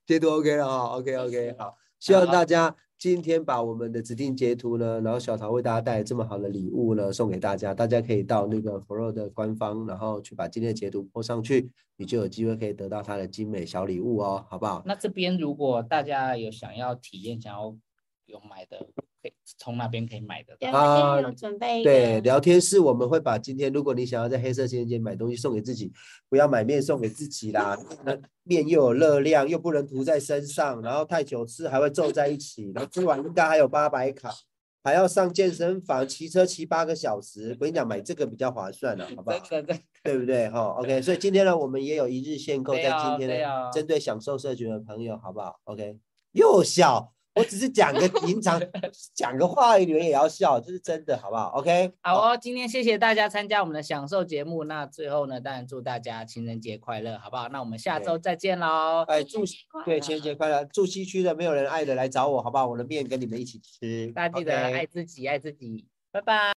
[SPEAKER 3] 截图 OK 了哈、o
[SPEAKER 1] 这
[SPEAKER 3] k
[SPEAKER 1] 是
[SPEAKER 3] OK 好，希望
[SPEAKER 1] 好
[SPEAKER 3] 大家今天把我们的指定截图呢，然后小桃为大家带来这么好的礼物呢，送给大家，大家可以到那个 Fro 的官方，然后去把今天的截图 po 上去，你就有机会可以得到它的精美小礼物哦，好不好？
[SPEAKER 1] 那这边如果大家有想要体验、想要有买的，可以从那边可以买的。
[SPEAKER 4] 对，
[SPEAKER 3] 啊
[SPEAKER 4] 我今天有准备一
[SPEAKER 3] 对，
[SPEAKER 4] 个
[SPEAKER 3] 聊天室我们会把今天，如果你想要在黑色情人节买东西送给自己，不要买面送给自己啦，那面又有热量，又不能涂在身上，然后太久吃还会皱在一起，然后吃完应该还有八百卡，还要上健身房，骑车骑八个小时。我跟你讲，买这个比较划算了、好不好？
[SPEAKER 1] 真的，真
[SPEAKER 3] 对不对？哈、o k 所以今天呢，我们也有一日限购，
[SPEAKER 1] 对
[SPEAKER 3] 在
[SPEAKER 1] 哦
[SPEAKER 3] 今天
[SPEAKER 1] 对
[SPEAKER 3] 呢，
[SPEAKER 1] 哦
[SPEAKER 3] 针对享受社群的朋友，好不好？OK，又笑，我只是讲个 平常讲个话而已，你们也要笑，这是真的，好不好？OK，
[SPEAKER 1] 好哦，今天谢谢大家参加我们的享受节目。那最后呢，当然祝大家情人节快乐，好不好？那我们下
[SPEAKER 3] 对
[SPEAKER 1] 周再见喽。
[SPEAKER 3] 哎，
[SPEAKER 4] 情
[SPEAKER 3] 祝
[SPEAKER 4] 人节快
[SPEAKER 3] 对情人节快乐！住西区的没有人爱的来找我，好不好？我的面跟你们一起吃，
[SPEAKER 1] 大家记得
[SPEAKER 3] OK
[SPEAKER 1] 爱自己，爱自己，拜拜。